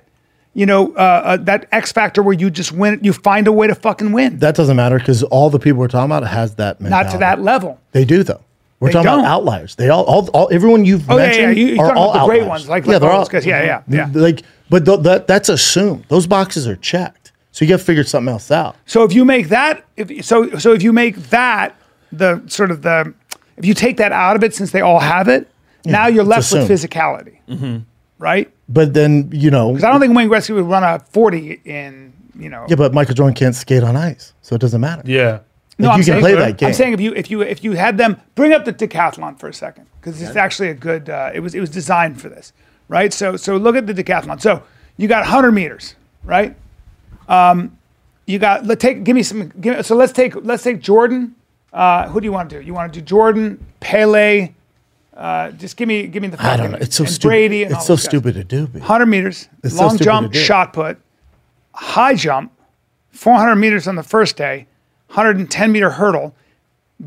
A: You know, uh, uh, that X factor where you just win. You find a way to fucking win.
B: That doesn't matter because all the people we're talking about has that mentality.
A: not to that level.
B: They do though. We're
A: They
B: talking
A: don't. Oh,
B: about outliers. They all, all, all everyone you've
A: yeah, yeah,
B: mentioned
A: you- you're
B: are
A: talking
B: all
A: about the great
B: outliers.
A: ones, like- like all those guys. Yeah, yeah, yeah.
B: Mm-hmm. Like, but th- that that's assumed. Those boxes are checked, so you got to figure something else out.
A: So if you make that, if so, so if you make that the sort of the, if you take that out of it, since they all have it, now you're left
B: assumed. Mm-hmm.
A: with physicality, right?
B: But then you know,
A: Because I don't think Wayne Gretzky would run a forty in you know.
B: yeah. But Michael Jordan can't skate on ice, so it doesn't matter.
C: Yeah.
A: no,
B: you
A: I'm
B: can
A: saying,
B: play that game.
A: I'm saying if you if you if you had them bring up the decathlon for a second because it's actually a good. Uh, it was it was designed for this, right? So so look at the decathlon. So you got 100 meters, right? Um, you got let take give me some. Give, me- so let's take let's take Jordan. Uh, who do you want to do? You want to do Jordan Pele? Uh, just give me give me the.
B: I
A: fucking-
B: don't know. It's so
A: and
B: stupid.
A: Brady and all
B: it's so
A: those guys.
B: stupid to do. but-
A: 100 meters,
B: It's so
A: long
B: stupid
A: jump,
B: to do.
A: shot put, high jump, 400 meters on the first day, 110 meter hurdle,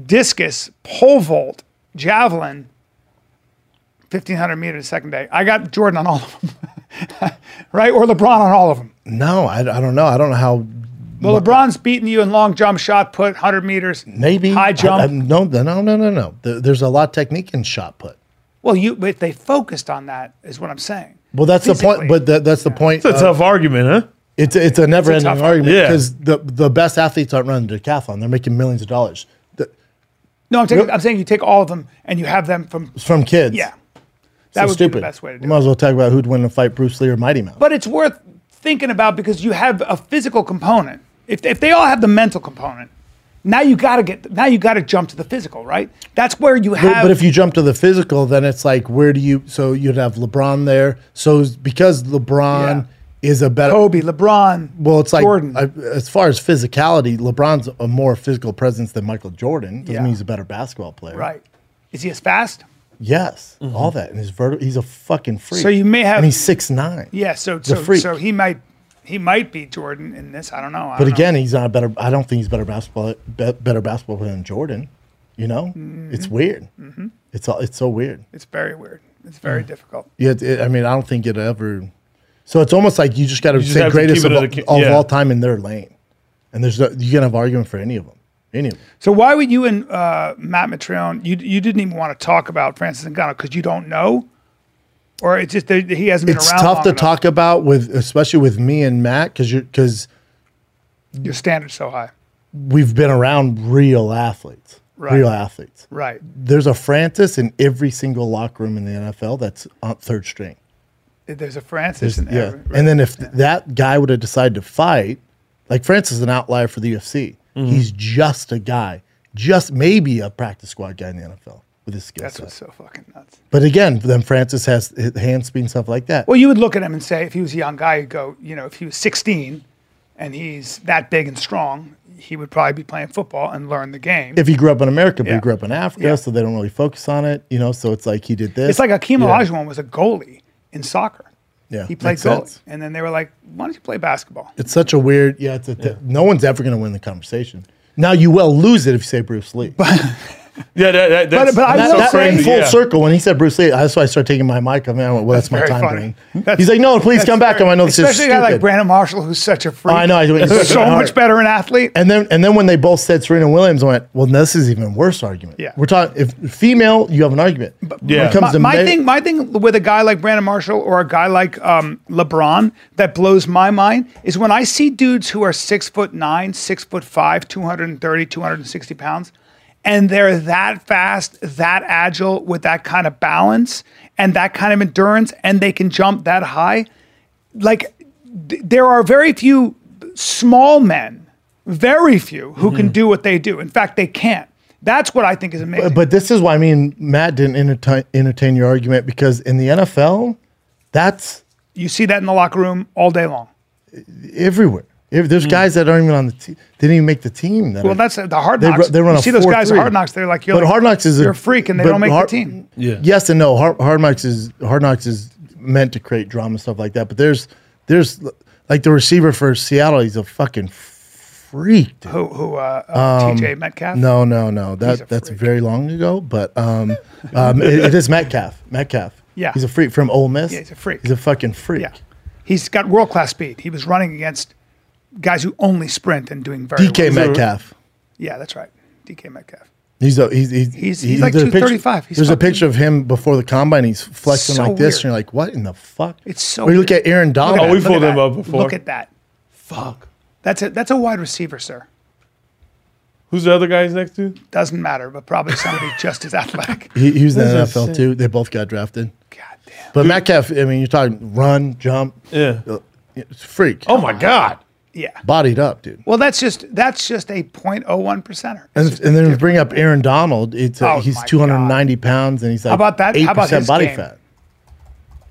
A: discus, pole vault, javelin, 1500 meters the second day. I got Jordan on all of them, right? Or LeBron on all of them.
B: No, I, I don't know. I don't know how.
A: Well, LeBron's beating you in long jump, shot put, 100 meters,
B: Maybe
A: high jump.
B: I, I, no, no, no, no, no, no. There- There's a lot of technique in shot put.
A: well, you but they focused on that, is what I'm saying.
B: Well, that's the
A: Physically.
B: point. But that that's the point.
C: It's a tough argument, huh?
B: It's it's a never ending
A: tough one.
B: argument
C: Yeah.
B: because the the best athletes aren't running decathlon. They're making millions of dollars The-
A: No, I'm, taking, I'm saying you take all of them and you have them from,
B: from kids.
A: yeah.
B: So
A: That would
B: stupid.
A: be the best way to do it.
B: Might as well talk about who'd win in a fight, Bruce Lee or Mighty Mouse.
A: but it's worth thinking about because you have a physical component. If, if they all have the mental component, now you got to get now you got to jump to the physical, right? That's where you
B: But,
A: have.
B: but if you jump to the physical, then it's like where do you? So you'd have LeBron there. So it's because LeBron is a better.
A: Kobe, LeBron,
B: Well, it's like
A: Jordan.
B: I, as far as physicality, LeBron's a more physical presence than Michael Jordan. Doesn't
A: Yeah.
B: mean he's a better basketball player,
A: right? Is he as fast?
B: Yes, all that, and he's vertical. He's a fucking freak.
A: So you may have-
B: and he's six nine.
A: Yeah. So so,
B: freak.
A: so he might he might be Jordan in this. I don't know. I
B: But
A: don't know.
B: again, he's not a better. I don't think he's better basketball be, better basketball player than Jordan. You know, it's weird. It's all. It's so weird.
A: it's very weird. It's very
B: Mm.
A: difficult.
B: Yeah, it, I mean, I don't think it ever. So it's almost like you just got to
C: just
B: say
C: have to
B: greatest of,
C: keep it
B: all,
C: at a ca-
B: of
C: yeah.
B: all time in their lane, and there's no, you can have argument for any of them. Any of them.
A: So why would you and uh, Matt Matreon you you didn't even want to talk about Francis Ngannou because you don't know, or it's just that he hasn't been
B: It's
A: around.
B: tough
A: long
B: to
A: enough.
B: talk about with, especially with me and Matt, because you're because
A: Your standard's so high,
B: we've been around real athletes,
A: Right.
B: real athletes.
A: right?
B: There's a Francis in every single locker room in the NFL that's on third string.
A: There's a Francis in
B: yeah.
A: there. right?
B: And then if th- that guy would have decided to fight, like Francis is an outlier for the UFC.
A: Mm-hmm.
B: He's just a guy, just maybe a practice squad guy in the NFL with his skill
A: That's what's
B: set.
A: so fucking nuts.
B: But again, then Francis has h- hand speed and stuff like that.
A: Well, you would look at him and say, if he was a young guy, you'd go, you know, if he was 16 and he's that big and strong, he would probably be playing football and learn the game.
B: if he grew up in America, but
A: Yeah.
B: he grew up in Africa,
A: Yeah.
B: so they don't really focus on it, you know. So it's like he did this.
A: it's like Akeem
B: Yeah.
A: Olajuwon was a goalie in soccer.
B: Yeah,
A: He played
B: makes
A: goalie.
B: sense.
A: And then they were like, why don't you play basketball?
B: It's such a weird. Yeah, it's a th- no one's ever going to win the conversation. Now you will lose it if you say Bruce Lee.
C: Yeah, that, that, that's,
A: but I
C: that's
A: will
C: so
A: say-
C: crazy.
B: full
C: yeah.
B: circle when he said Bruce Lee. That's why I started taking my mic. I mean, I went, well, that's, my
A: very
B: time
A: funny.
B: brain. He's like, no, please come back. I'm, I know this is
A: Especially a guy
B: stupid.
A: like Brandon Marshall, who's such a freak.
B: I know, I do it.
A: He's so
B: All
A: much
B: right.
A: better an athlete.
B: and then and then when they both said Serena Williams, I went, well, this is even worse argument.
A: Yeah.
B: we're talking if female, you have an argument. But
C: Yeah.
A: my, my thing, my thing with a guy like Brandon Marshall or a guy like um, LeBron that blows my mind is when I see dudes who are six foot nine, six foot five, 230, 260 pounds, and they're that fast, that agile, with that kind of balance and that kind of endurance, and they can jump that high. Like, th- there are very few small men, very few, who
B: Mm-hmm.
A: can do what they do. In fact, they can't. That's what I think is amazing.
B: Uh, but this is why I mean Matt didn't entertain, entertain your argument because in the NFL, that's
A: You see that in the locker room all day long.
B: everywhere. If there's guys that aren't even on the team, didn't even make the team. That
A: Mm. Well,
B: are-
A: that's uh, the hard
B: They
A: knocks.
B: ru- they run
A: you
B: a
A: see those guys at
B: 4-3.
A: hard knocks. They're like, you're
B: but
A: like,
B: Hard Knocks is
A: you're
B: a
A: a freak, and they
B: but
A: don't make
B: Hard-
A: the team.
C: Yeah.
B: Yes and no. Hard, hard Knocks is Hard Knocks is meant to create drama and stuff like that. But there's there's like the receiver for Seattle. He's a fucking freak. Dude.
A: Who, who uh, uh, TJ Metcalf?
B: um, No, no, no.
A: a
B: That that's
A: freak.
B: very long ago. But um, um it, it is Metcalf. Metcalf.
A: Yeah.
B: he's a freak from Ole Miss.
A: Yeah, he's a freak.
B: He's a fucking freak.
A: Yeah. He's got world class speed. He was running against guys who only sprint and doing very
B: DK
A: well.
B: Metcalf.
A: Yeah, that's right. DK Metcalf.
B: He's a he's he's,
A: He's- he's like
B: there's a picture-
A: 235. He's
B: there's a
A: fucking-
B: picture of him before the combine. He's flexing
A: So
B: like
A: weird.
B: this, and you're like, "What in the fuck?"
A: It's so
B: Or you look
A: weird. Oh,
B: at Aaron
A: Look at
B: Donald.
A: that,
C: Oh, we
A: look at
C: pulled him
A: that.
C: up before.
A: Look at that.
C: Fuck.
A: That's a that's a wide receiver, sir.
C: Who's the other guy he's next to?
A: Doesn't matter, but probably somebody just as athletic.
B: he, he was in the
C: That's
B: NFL
C: insane.
B: too. They both got drafted.
A: God damn.
B: But Metcalf, I mean, you're talking run, jump,
C: Yeah.
B: uh, it's a freak,
C: Oh my god.
A: Yeah.
B: bodied up, dude.
A: Well, that's just that's just a 0.01 percenter.
B: And, and then bring up Aaron Donald. It's uh,
A: Oh
B: he's
A: my
B: 290 pounds and he's like
A: about that?
B: Eight
A: How about his
B: percent body
A: game?
B: fat.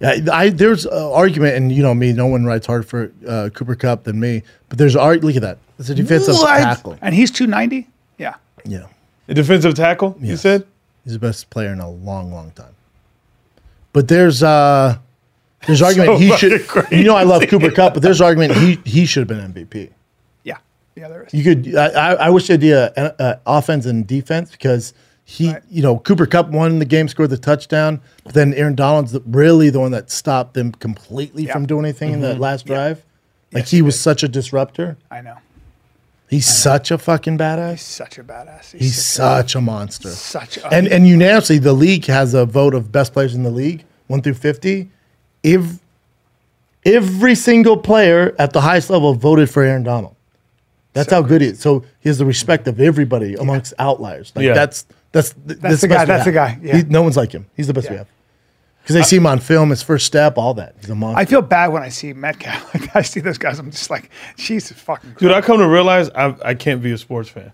B: Yeah, I, I there's an argument, and you know me, no one writes hard for uh, Cooper Cup than me. But there's art. Look at that. It's a defensive
C: What?
B: tackle.
A: And he's 290? Yeah.
B: Yeah.
C: A defensive tackle, you
B: Yes.
C: said?
B: He's the best player in a long, long time. But there's uh there's argument he should
C: fucking
B: you know I love Cooper Cup, but there's argument he he should have been MVP.
A: Yeah. Yeah, there is.
B: You could I, I I wish they'd do a, a uh, offense and defense because he you know Cooper Cup won the game, scored the touchdown, but then Aaron Donald's the, really the one that stopped them completely
A: Yeah.
B: from doing anything in that last drive. Like he was such a disruptor.
A: I know.
B: He's such a fucking badass.
A: Such a badass. He's,
B: He's such a monster.
A: such a
B: and and unanimously the league has a vote of best players in the league, one through fifty. If every single player at the highest level voted for Aaron Donald, that's how good he is. So he has the respect of everybody amongst outliers. Like
C: Yeah.
B: that's that's th-
A: That's the guy,
B: best we
A: that's
B: have.
A: the guy, yeah.
B: He- no one's like him. He's the best we
A: Yeah.
B: have because they see him on film, his first step, all that. He's a monster.
A: I feel bad when I see Metcalf. Like, I see those guys. I'm just like, Jesus fucking.
C: Dude,
A: Christ.
C: I come to realize I, I can't be a sports fan.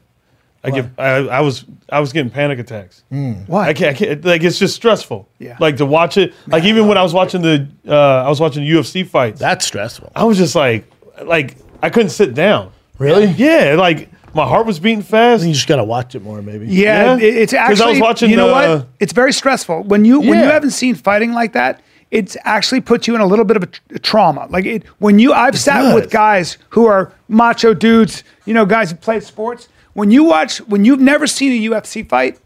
C: I get I, I was I was getting panic attacks.
A: Why?
C: I can't, I can't like it's just stressful.
A: Mm. Yeah.
C: Like to watch it. Like even when I was watching the uh, I was watching UFC fights.
B: that's stressful.
C: I was just like like I couldn't sit down.
B: Really?
C: Yeah, like my heart was beating fast.
B: You just gotta watch it more, maybe.
A: Yeah,
C: Yeah?
A: it- it's
C: 'Cause I was
A: actually.
C: watching
A: you know
C: the- uh,
A: what? It's very stressful when you when you
C: Yeah.
A: haven't seen fighting like that. It's actually put you in a little bit of a tr- trauma. Like it when you I've sat with
B: does.
A: guys who are macho dudes, you know, guys who played sports. When you watch when you've never seen a UFC fight,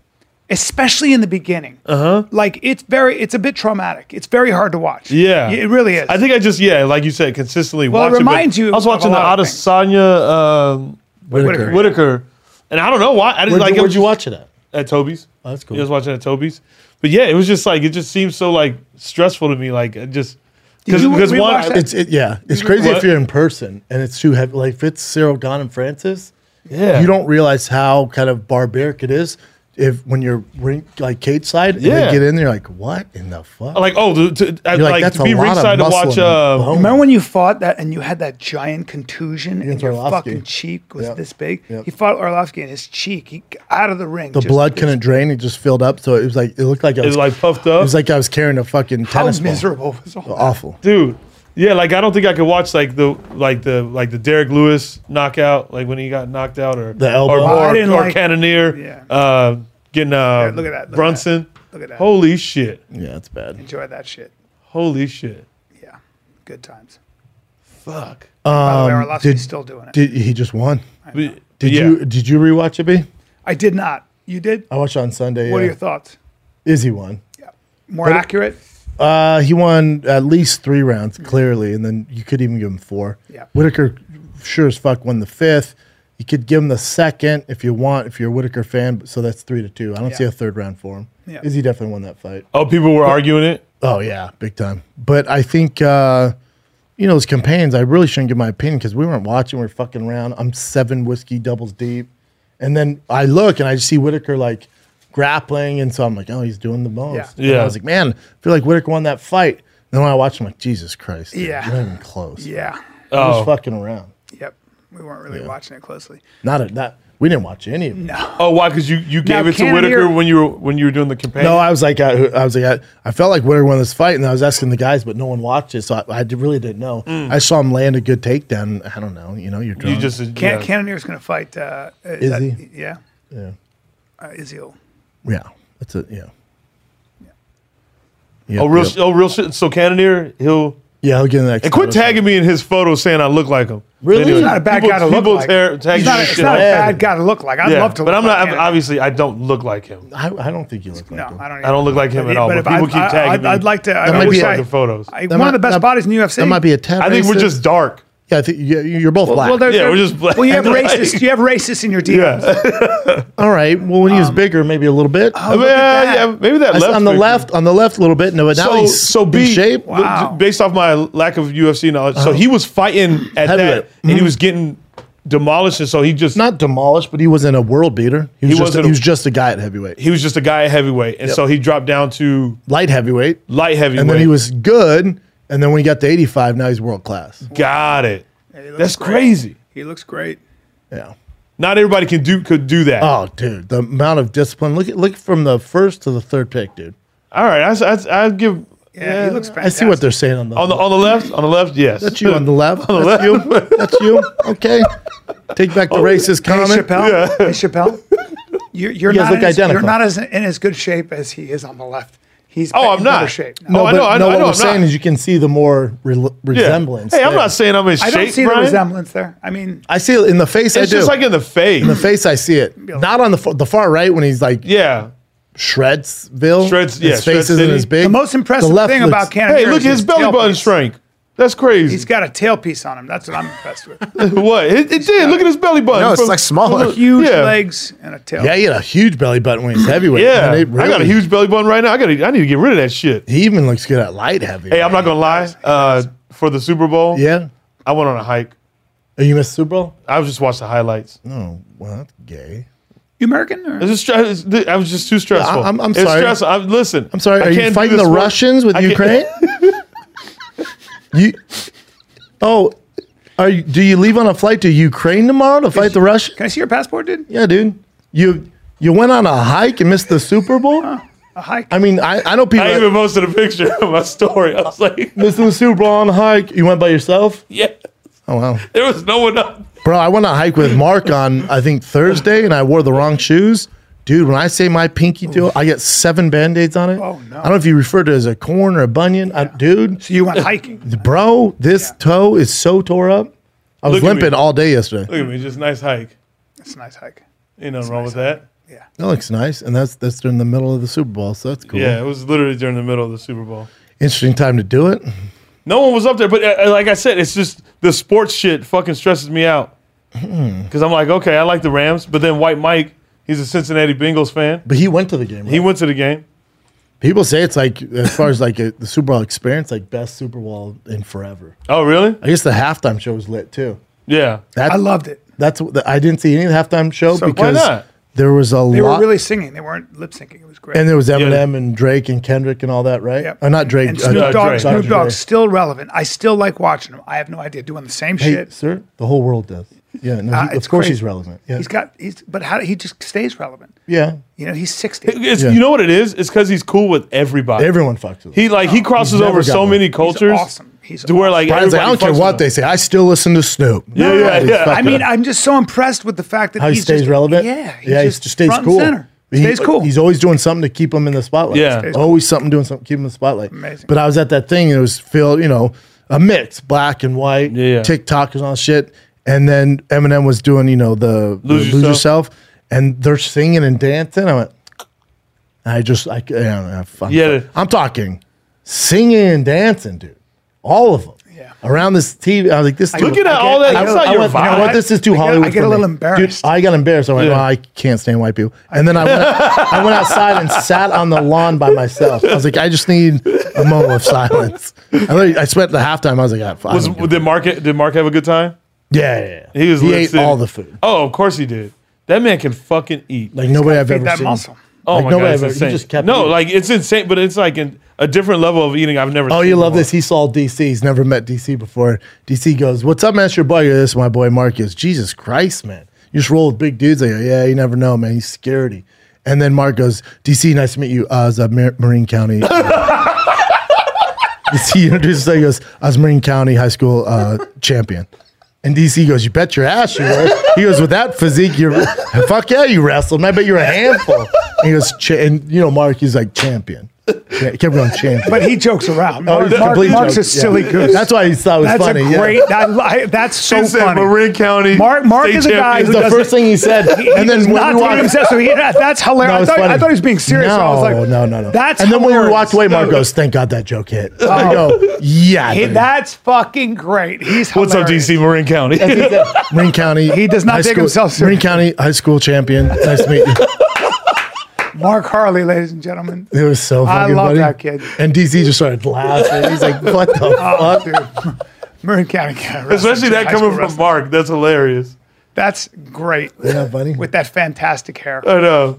A: especially in the beginning, uh-huh. like it's very it's a bit traumatic. It's very hard to watch.
C: Yeah,
A: it really is.
C: I think I just yeah, like you said, consistently.
A: Well, it
C: watch but
A: reminds you
C: I was
A: of
C: watching
A: a
C: the
A: lot of things.
C: Adesanya um,
B: Whitaker. Where'd,
C: Whitaker, and I don't know why. I didn't like.
B: you,
C: it
B: where'd
C: was
B: you watch it at?
C: at Toby's?
B: Oh, that's cool.
C: Yeah, I was watching at Toby's, but yeah, it was just like it just seems so like stressful to me. Like it just because
A: you
C: because one,
A: rewatch that?
B: It's it, yeah. It's crazy
C: What?
B: if you're in person and it's too heavy. Like if it's Cyril Don and Francis,
C: yeah,
B: you don't realize how kind of barbaric it is. If when you're ring, like cage side, and
C: Yeah.
B: they get in, there, like, what in the fuck?
C: like oh to, to, I-
B: You're
C: like, to be ringside to watch.
B: and
C: Uh,
B: bone.
A: Remember when you fought that and you had that giant contusion and your
B: Orlovsky.
A: fucking cheek was
B: Yep.
A: this big?
B: Yep.
A: He fought Orlovsky and his cheek he, out of the ring.
B: the
A: just-
B: blood
A: just-
B: couldn't drain; it just filled up. So it was like it looked like I
C: it was like puffed up,
B: it was like I was carrying a fucking
A: How
B: tennis ball. Oh.
A: miserable was all that?
B: Awful.
C: dude. Yeah, like I don't think I could watch like the like the like the Derek Lewis knockout, like when he got knocked out, or
B: The elbow.
C: or,
B: Oh,
A: I
C: or,
A: didn't
C: or
A: like-
C: Cannoneer,
A: Yeah.
C: uh, getting uh,
A: look at that, look at that,
C: Brunson.
A: Look at that.
C: Holy shit!
B: Yeah, it's bad.
A: Enjoy that shit.
C: Holy shit!
A: Yeah. Good times.
C: Fuck.
A: By the way,
B: Um,
A: Orlovsky's
B: did-
A: still doing it.
B: Did he just won?
C: Did
B: Did you did you rewatch it? B?
A: I did not. You did?
B: I watched it on Sunday.
A: What are
B: yeah.
A: your thoughts?
B: Izzy won.
A: More accurate?
B: Uh, he won at least three rounds clearly, and then you could even give him four.
A: Yeah.
B: Whitaker sure as fuck won the fifth. You could give him the second if you want, if you're a Whitaker fan. but- So that's three to two. I don't see
A: Yeah.
B: a third round for him.
A: Yeah.
B: Izzy definitely won that fight.
C: Oh, people were arguing it.
B: Oh yeah, big time. But I think uh, you know his companions. I really shouldn't give my opinion because we weren't watching. We are fucking around. I'm seven whiskey doubles deep, and then I look and I see Whitaker like grappling, and so I'm like, oh, he's doing the most.
A: Yeah.
B: And
C: Yeah.
B: I was like, man, I feel like Whitaker won that fight. And then when I watched, him, I'm like, Jesus Christ, dude,
A: Yeah.
B: you're not even close.
A: Yeah.
B: I was
C: Oh,
B: fucking around.
A: Yep. We weren't really watching it closely.
B: Not a not. We didn't watch any of it. No,
C: Oh, why? Because you, you
A: Now,
C: gave it to
A: Cannonier-
C: Whitaker when you were when you were doing the campaign.
B: I was like, I, I was like, I, I felt like Winter won this fight, and I was asking the guys, but no one watched it, so I, I d- really didn't know. I saw him land a good takedown. I don't know, you know, you're drunk.
C: Mm. you just
A: Can-
C: yeah.
A: Cannoneer's going to fight uh, uh,
B: Izzy?
A: that- yeah. Yeah. Uh, Izzy. will-
B: yeah, that's it, yeah. Yeah.
C: Oh real,
B: yeah.
C: oh real shit. So Cannoneer, he'll
B: yeah, I'll get in the next.
C: and quit
B: photo.
C: tagging me in his photos saying I look like him.
B: Really?
A: He's not a bad
C: people,
A: guy to look
C: people
A: like.
C: tear- tag
A: He's
C: you
A: not, a-
C: and
A: it's
C: shit
A: not a
C: like-
A: bad guy to look like. I'd
C: Yeah,
A: love to.
C: but
A: look
C: I'm not.
A: like Cannoneer.
C: obviously, I don't look like him.
B: I, I don't think you look like him.
A: No, I don't.
C: I don't look like him at all. But, people keep tagging
A: I'd,
C: me.
A: I'd like to. I
B: might
A: wish
B: be
C: People
B: a-
A: I-
C: tagging photos.
A: I-
B: That
A: one
B: might-
A: of the best
B: that-
A: bodies in UFC.
B: That might be a tad.
C: I think we're
B: racist.
C: just dark.
B: Yeah, I think yeah, you're both black.
A: Well, there's-
C: Yeah, we're
A: there's-
C: just black.
A: Well, you have
C: Like-
A: racists. You have racists in your DMs.
B: All right. Well, when he
A: Um,
B: was bigger, maybe a little bit.
C: I mean,
A: look at
C: yeah,
A: that.
C: yeah, maybe that
B: I s-
C: Oh, left
B: on the
C: picture.
B: left, on the left, a little bit. No, but now
C: So,
B: he's
C: so
B: in
C: B,
B: shape.
C: look,
A: Wow.
C: j- based off my lack of UFC knowledge, so he was fighting at that,
B: Uh-huh. Heavyweight. Mm-hmm.
C: and he was getting demolished, and so he just
B: Not demolished, but he wasn't a world beater. He was,
C: He
B: just,
C: wasn't
B: he
C: a-
B: was just a guy at heavyweight,
C: he was just a guy at heavyweight, and so he dropped down to
B: light heavyweight,
C: light heavyweight,
B: and then he was good. And then when he got to 85, now he's world class.
C: got it.
A: he looks
C: That's
A: great.
C: crazy.
A: He looks great.
B: Yeah.
C: Not everybody can do could do that.
B: Oh, dude, the amount of discipline. Look at look from the first to the third pick, dude.
C: All right, I s- I, s- I give
A: Yeah, he looks
B: I
A: fantastic.
B: see what they're saying on the
C: on the on the left on the left. Yes,
B: That's you on the left. That's you. That's you. Okay. Take
C: Oh,
B: back the racist
A: Hey,
B: comment.
A: Chappelle. Hey, Chappelle. You're, you're,
B: You guys
A: not
B: look
A: in as, you're
B: identical.
A: not as in as good shape as he is on the left. He's
C: Oh, I'm
A: in better
C: not.
A: shape.
C: No,
B: No,
C: I
B: but
C: know,
B: no,
C: I know, I
B: what
C: know,
B: I'm
C: I'm
B: saying
C: not.
B: is you can see the more re-
C: Yeah.
B: resemblance.
C: Hey, I'm
B: there.
C: not saying I'm in
A: I
C: shape.
A: don't see the
C: Brian.
A: resemblance there. I mean,
B: I see it in the face. I
C: It's
B: do.
C: just like in the face.
B: the face, I see it. Not on the fa- the far right when he's like
C: yeah.
B: Shredsville.
C: Shreds- yeah,
B: his face
C: Shred
B: isn't
C: City.
B: as big.
A: the most impressive
B: left
A: thing
B: looks-
A: about Canada.
C: Hey, look, his belly button shrank. That's crazy.
A: He's got a tailpiece on him. That's what I'm impressed with.
C: What? It, it did. Look at his belly button.
D: No, it's
C: From-
D: like smaller.
A: Huge
C: Yeah.
A: legs and a tail.
B: Yeah, he had a huge belly button when he's heavyweight.
C: Yeah,
B: and it
C: I got a
B: really-
C: huge belly button right now. I got. I need to get rid of that shit.
B: He even looks good at light heavyweight.
C: Hey, I'm not gonna lie. Uh, for the Super Bowl,
B: Yeah.
C: I went on a hike.
B: Oh, you missed Super Bowl?
C: I was just watched the highlights. I
B: Oh, well, that's gay.
A: You American? Or?
C: was just, stre- it's- th- I was just too stressful.
B: I'm- I'm
C: It's
B: sorry.
C: stressful. I'm, listen,
B: I'm sorry.
C: I
B: Are you
C: can't do
B: fighting
C: this
B: the
C: work.
B: Russians with
C: I can't-
B: Ukraine? you. Oh, are you, do you leave on a flight to Ukraine tomorrow to fight the Russians?
A: Can I see your passport, dude?
B: Yeah, dude. You you went on a hike and missed the Super Bowl.
A: A hike.
B: I mean, I, I know people.
C: I
B: that-
C: even posted a picture of my story. I was like,
B: Missed the Super Bowl on a hike. You went by yourself?
C: yeah,
B: Oh wow,
C: there was no one up.
B: bro! I went on a hike with Mark on I think Thursday, and I wore the wrong shoes. Dude, when I say my pinky toe, I get seven band aids on it.
A: Oh, no.
B: I don't know if you refer to it as a corn or a bunion, I, dude.
A: So you went hiking.
B: Bro, this toe is so tore up. I was
C: Look at me.
B: limping all day yesterday.
C: Look at me, just nice hike.
A: That's a nice hike.
C: Ain't nothing wrong with that.
B: That looks nice, and that's that's during the middle of the Super Bowl, so that's cool.
C: Yeah, it was literally during the middle of the Super Bowl.
B: Interesting time to do it.
C: No one was up there, but uh, uh, like I said, it's just the sports shit fucking stresses me out.
B: Hmm.
C: Because I'm like, okay, I like the Rams, but then White Mike, he's a Cincinnati Bengals fan.
B: But he went to the game.
C: He
B: right?
C: went to the game.
B: People say it's like as far as like a, the Super Bowl experience, like best Super Bowl in forever.
C: Oh, really?
B: I guess the halftime show was lit too.
C: Yeah.
B: That,
A: I loved it.
B: That's what the, I didn't see any of the halftime show
A: So why
B: because
C: not?
B: there was a
A: They
B: lot,
A: were really singing. They weren't lip syncing. It was great.
B: and there was Eminem and Drake and Kendrick and all that, right?
A: Yep.
B: Or not Drake.
A: And Snoop
B: uh,
A: Dogg,
C: Drake.
A: Snoop
B: Dr.
A: Dogg's
B: Dre.
A: still relevant. I still like watching him. I have no idea doing the same
B: Hey,
A: shit.
B: sir, the whole world does. Yeah, no,
A: Uh,
B: he-
A: it's
B: of course
A: crazy.
B: he's relevant. Yeah,
A: He's got he's but how he just stays relevant.
B: yeah.
A: You know, he's 60.
C: It's,
B: Yeah.
C: You know what it is? It's because he's cool with everybody.
B: Everyone fucks with.
C: he like he crosses
B: Oh, never
C: over
B: got
C: so
B: one.
C: many
A: He's
C: cultures.
A: awesome. He's
C: To where like,
B: Brian's like, I don't
C: everybody
B: care
C: fucks
B: what
C: with him.
B: they say. I still listen to Snoop.
C: Yeah, yeah,
B: Nobody's
C: yeah. I
A: I
B: fucking-
A: mean, I'm just so impressed with the fact that
B: how he
A: he's
B: stays
A: just-
B: relevant.
A: Yeah,
B: yeah, he just stays
A: front and
B: cool.
A: center.
B: He-
A: stays cool.
B: He's always doing something to keep him in the spotlight.
C: Yeah. Stays
B: always something doing something to keep him in the spotlight.
A: Amazing.
B: But I was at that thing and it was filled, you know, a mix, black and white,
C: Yeah.
B: TikTokers and all shit. And then Eminem was doing, you know, the the
C: Lose
B: lose
C: Yourself.
B: yourself, and they're singing and dancing. I went, I just, I, I don't know, I'm, fucking-
C: Yeah.
B: I'm talking singing and dancing, dude, all of them.
A: Yeah.
B: Around this TV, I was like, this.
C: Look
B: dude-
C: at all that.
A: I
C: That's
A: get-
C: not
A: I
C: your
A: went-
B: you know
C: vibe.
B: what? This is too
A: I get- I
B: Hollywood.
A: get a
B: for
A: little
B: me. Dude,
A: embarrassed.
B: I got embarrassed. I went,
C: Yeah.
B: "Oh, I can't stand white people. And then I went, I went outside and sat on the lawn by myself. I was like, I just need a moment of silence. I, literally- I spent the halftime. I was like, ah, fuck, I
C: was
B: don't give a-
C: did Mark did Mark have a good time?
B: yeah, yeah, yeah.
C: He was
B: he
C: lit
B: ate
C: city.
B: all the food.
C: Oh, of course he did. That man can fucking eat.
B: Like nobody I've
A: feed
B: ever
A: that
B: seen.
A: muscle.
C: Oh
B: like
C: my
B: nobody
C: god,
B: I've
C: it's
B: ever- he
C: insane.
B: just kept
C: no,
B: eating.
C: like it's insane, but it's like an, a different level of eating I've never.
B: Oh,
C: seen
B: you love
C: before.
B: this. He saw DC. He's never met DC before. DC goes, What's up, man? It's your boy. This is my boy Marcus. Jesus Christ, man. You just roll with big dudes. I go, yeah, you never know, man. He's security. And then Mark goes, DC, nice to meet you. Uh, I was a Mar- Marine County. he introduces us. He goes, I was Marine County High School uh, champion. And DC goes, You bet your ass you were. He goes, With that physique, you're, fuck yeah, you wrestled. And I bet you're a handful. And he goes, Ch-, And you know, Mark, he's like, Champion. Cha- He kept going, Champion.
A: But he jokes around.
B: Oh,
A: Mark,
B: he's a
A: Mark-
B: complete
A: Mark's
B: joke.
A: a silly
B: Yeah.
A: goose.
B: That's why he thought it was
A: that's
B: funny.
A: a
B: yeah.
A: great. I li- that's so
C: He said
A: funny.
C: Marin County.
A: Mark- Mark
C: state
A: is a guy
C: champion.
A: who
B: It's the
A: doesn't-
B: first thing he said.
A: and
B: and then
A: then
B: when
A: not
B: we
A: to
B: walked,
A: himself. So he, that's hilarious.
B: No,
A: I,
B: it's
A: thought, I
B: funny.
A: thought he was being serious.
B: No,
A: so I was like,
B: no, no, no.
A: That's
B: and then when we
A: hilarious.
B: walked away, Mark goes, "Thank God that joke hit." I go, "Yeah."
A: He-
B: dude."
A: that's fucking great. He's
C: What's
A: hilarious.
C: up, DC? Marin County.
B: Marine County.
A: He does not
B: high
A: take
B: school,
A: himself
B: Marine
A: serious.
B: County high school champion. Nice to meet you.
A: Mark Harley, ladies and gentlemen.
B: It was so
A: I
B: fucking
A: love
B: funny.
A: that kid.
B: And DC just started laughing. He's like, "What the
A: Oh,
B: fuck?"
A: dude. Marin County. can't wrestle.
C: Especially that
A: High
C: coming
A: school
C: from
A: wrestling.
C: Mark. That's hilarious.
A: That's great.
B: Isn't that funny?
A: With that fantastic hair.
C: I know.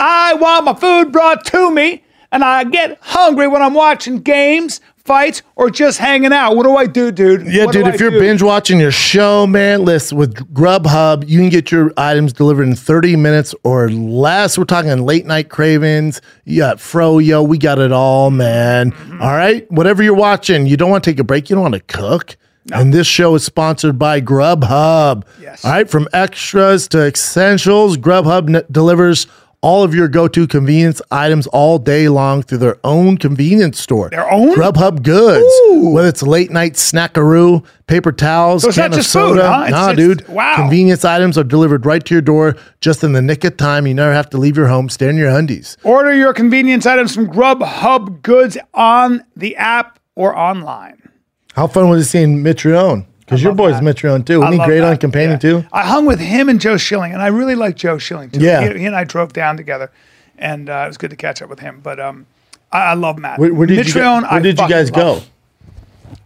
A: I want my food brought to me, and I get hungry when I'm watching games, fights, or just hanging out. What do I do, dude?
B: Yeah,
A: What do
B: dude,
A: I
B: if you're
A: do?
B: binge watching your show, man, listen, with Grubhub, you can get your items delivered in 30 minutes or less. We're talking late night cravings. You got Froyo. We got it all, man.
A: Mm-hmm.
B: All right. Whatever you're watching, you don't want to take a break. You don't want to cook. And this show is sponsored by Grubhub.
A: Yes.
B: All right. From extras to essentials, Grubhub n- delivers all of your go to convenience items all day long through their own convenience store.
A: Their own?
B: Grubhub Goods. Whether it's late night snackaroo, paper towels,
A: So it's
B: can
A: not
B: of
A: just food,
B: soda.
A: huh? It's-
B: nah,
A: it's-
B: dude.
A: wow.
B: Convenience items are delivered right to your door just in the nick of time. You never have to leave your home. Stay in your undies.
A: Order your convenience items from Grubhub Goods on the app or online.
B: How fun was it seeing Mitrione? Because your boy's Mitrione too. Wasn't he
A: love
B: great
A: that.
B: on Companion
A: Yeah.
B: too?
A: I hung with him and Joe Schilling, and I really like Joe Schilling too.
B: Yeah.
A: he, he and I drove down together, and uh, it was good to catch up with him. But um, I, I love Matt.
B: Where, where did, you, go-
A: Mitrione, I
B: where did you
A: fucking
B: guys go?
A: love.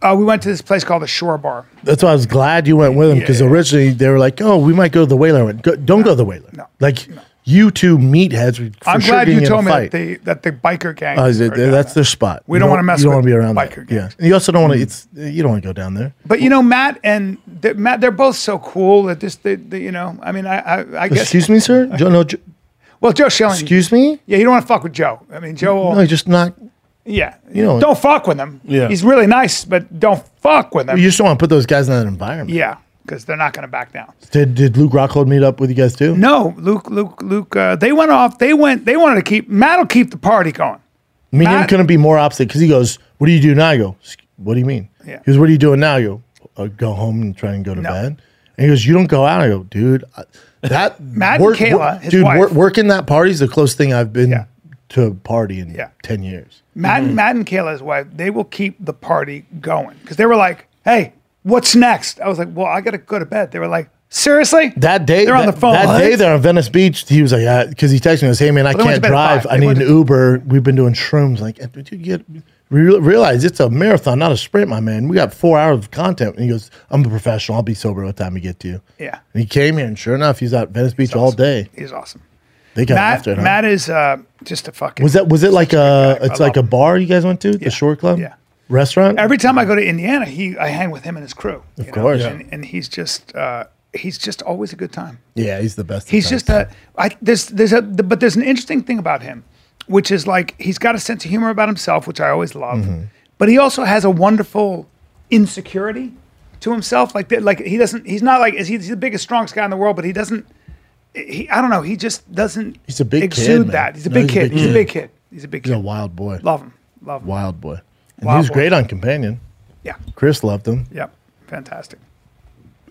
A: Uh, we went to this place called the Shore Bar.
B: That's why I was glad you went with him because
A: Yeah.
B: originally they were like, "Oh, we might go to the Whaler." I went, go, "Don't go to the Whaler."
A: No.
B: Like you two meatheads. would for
A: I'm
B: sure
A: glad
B: getting
A: you
B: in a
A: told me
B: fight.
A: that the that the biker gang.
B: Oh, is it-
A: are down
B: that's
A: there.
B: their spot.
A: We
B: You
A: don't wanna mess
B: You don't
A: with
B: want to be around that.
A: biker
B: Yeah,
A: gangs. Mm.
B: and you also don't want to. It's you don't want to go down there.
A: But you know, Matt and th- Matt, they're both so cool that this, they, they, you know, I mean, I, I, I guess.
B: Excuse me, sir. Joe, no, Jo-
A: Well, Joe Schilling.
B: excuse me.
A: yeah, you don't want to fuck with Joe. I mean, Joe. Will,
B: No, you just not.
A: yeah,
B: you know-
A: don't fuck with him.
C: Yeah.
A: he's really nice, but don't fuck with him.
B: You just don't want to put those guys in that environment.
A: yeah, because they're not going to back down.
B: Did Did Luke Rockhold meet up with you guys too?
A: No, Luke, Luke, Luke. Uh, they went off. They went. They wanted to keep. Matt will keep the party going.
B: Me and him
A: Matt-
B: couldn't be more opposite because he goes, "What do you do now?" I go, "Sc- "What do you mean?"
A: Yeah.
B: He goes, "What are you doing now?" I go, "Uh, "Go home and try and go to
A: No.
B: bed." And he goes, "You don't go out." I go, "Dude, I- that
A: Matt and Kayla, his
B: dude,
A: wife.
B: Work, working that party is the closest thing I've been
A: Yeah.
B: to a party in
A: Yeah.
B: ten years."
A: Matt, and Matt and Kayla's wife, they will keep the party going because they were like, "Hey, what's next?" I was like, "Well, I got to go to bed." They were like, "Seriously?"
B: That day,
A: They're on
B: that,
A: the phone.
B: That
A: What?
B: day, they're on Venice Beach. He was like, because he texted me, he goes, "Hey man, I
A: they went to
B: can't
A: bed at
B: drive.
A: five.
B: I
A: They
B: need an
A: went to-
B: Uber. We've been doing shrooms. Like, eh, did you get re- realize it's a marathon, not a sprint, my man? We got four hours of content." And he goes, "I'm a professional. I'll be sober by the time we get to you."
A: Yeah.
B: And he came here, and sure enough, he's at Venice Beach all day.
A: He's awesome.
B: They got
A: Matt,
B: after it. huh?
A: Matt is uh, just a fucking.
B: was that was it like a
A: I
B: it's like a
A: love
B: bar you guys went to the Shore Club
A: Yeah.
B: restaurant?
A: every time I go to Indiana, he I hang with him and his crew. Of
B: course.
A: and, and he's just uh, he's just always a good time.
B: yeah, he's the best.
A: He's just a I, there's there's a but there's an interesting thing about him, which is like he's got a sense of humor about himself, which I always love,
B: Mm-hmm.
A: but he also has a wonderful insecurity to himself. Like that, like he doesn't he's not like is he- he's the biggest strongest guy in the world, but he doesn't. He, I don't know. He just doesn't.
B: He's a big kid,
A: exude
B: man.
A: that. He's a
B: No,
A: big kid. He's a big kid. He's a big
B: he's a
A: kid.
B: wild boy.
A: Love him. Love him.
B: Wild boy. And
A: Wild
B: he was
A: boy.
B: great on Companion.
A: Yeah.
B: Chris loved him.
A: Yep. Fantastic.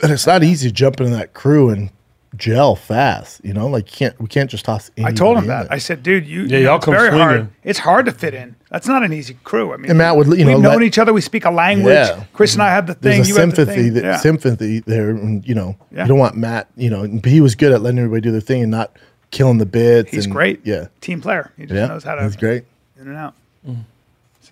B: and it's not easy to jump into that crew and gel fast. You know, like you can't we can't just toss.
A: I told him that. I said, dude, you, yeah,
C: y'all
A: it's
C: come
A: very hard.
C: swinging.
A: It's hard to fit in. That's not an easy crew. I mean,
B: And Matt would, you know,
A: we've known
B: let-
A: each other. We speak a language.
B: Yeah.
A: Chris and I have the thing.
B: There's a
A: you have the
B: sympathy,
A: thing.
B: that,
A: Yeah.
B: sympathy there, and you know,
A: Yeah.
B: you don't want Matt. You know, but he was good at letting everybody do their thing and not killing the bits.
A: He's
B: and-
A: great.
B: Yeah,
A: Team player. He just
B: yeah,
A: knows how to
B: he's great.
A: in and out.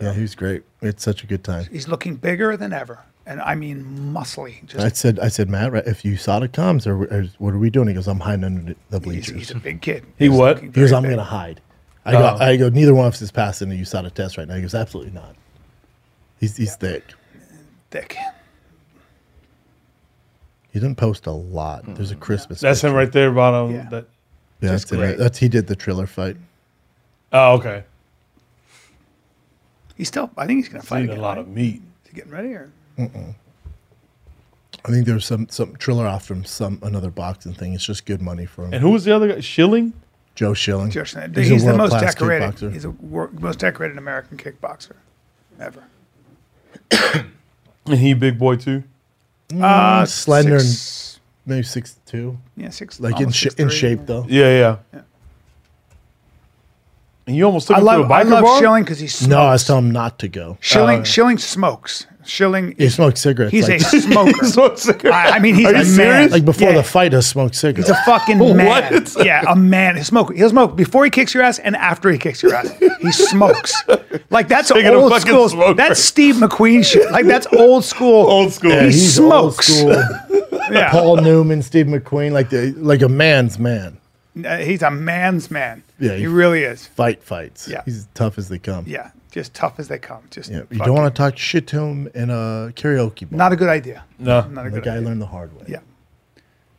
B: Yeah, he was great. It's such a good time.
A: He's looking bigger than ever. And I mean, muscly.
B: I
A: Just
B: said, I said, Matt, right, if you saw the comms, or, or what are we doing? He goes, I'm hiding under the
A: he's,
B: bleachers.
A: he's a big kid.
C: He what?
A: looking
B: He goes,
A: very
B: I'm
A: big. Oh.
B: going to hide. I go, I go, neither one of us is passing the USADA test right now. He goes, absolutely not. He's, he's thick.
A: thick.
B: He didn't post a lot. There's
A: Mm.
B: a Christmas.
C: That's him
B: picture.
C: right there, bottom.
A: Yeah.
C: That,
B: Yeah, that's, it.
C: great.
B: That's he did the Triller fight.
C: oh, okay.
A: He's still. I think he's gonna fight.
C: Eating
A: Again,
C: a lot
A: right?
C: of meat.
A: Is he getting ready or?
B: I think there was some some Triller off from some another boxing thing. It's just good money for him.
C: And who was the other guy? Schilling?
B: Joe Schilling.
A: Josh, he's,
B: a
A: the most
B: world-class
A: decorated.
B: kickboxer.
A: He's the wor- most decorated American kickboxer ever.
C: And he big boy too.
A: Uh,
B: slender and-
A: six-
B: Maybe six two,
A: yeah, six.
B: like in
A: almost
B: sh- in
A: 6'3".
B: shape though.
C: Yeah, yeah. And you almost took
A: I
C: him to a
A: love.
C: biker
A: I love
C: bar?
A: Schilling because he's
B: No, I was telling him not to go.
A: Schilling. Schilling smokes. Schilling.
B: He smoked cigarettes.
A: He's
B: like,
A: a smoker.
C: So it's like-
A: I, I mean, he's
C: Are
A: a man.
C: you serious?
B: like before
A: Yeah.
B: the fight, I smoked cigarettes.
A: He's a fucking man.
C: What?
A: Yeah, a man. He'll smoke. He'll smoke before he kicks your ass and after he kicks your ass. He smokes. Like that's
C: Taking a
A: old
C: fucking
A: school.
C: smoker.
A: That's Steve McQueen shit. Like that's old school.
C: Old school.
A: He
C: Yeah,
B: he's old
A: smokes.
B: school.
A: Yeah.
B: Paul Newman, Steve McQueen, like the like a man's man.
A: Uh, he's a man's man.
B: Yeah,
A: he,
B: he-
A: really is.
B: Fight fights.
A: Yeah.
B: he's tough as they come.
A: Yeah, just tough as they come. Just
B: Yeah, you
A: fuck
B: don't
A: it.
B: want to talk shit to him in a karaoke bar.
A: Not a good idea.
B: Mm,
C: no.
A: Not a
B: the
A: good
B: guy
A: idea.
B: learned the hard way.
A: Yeah.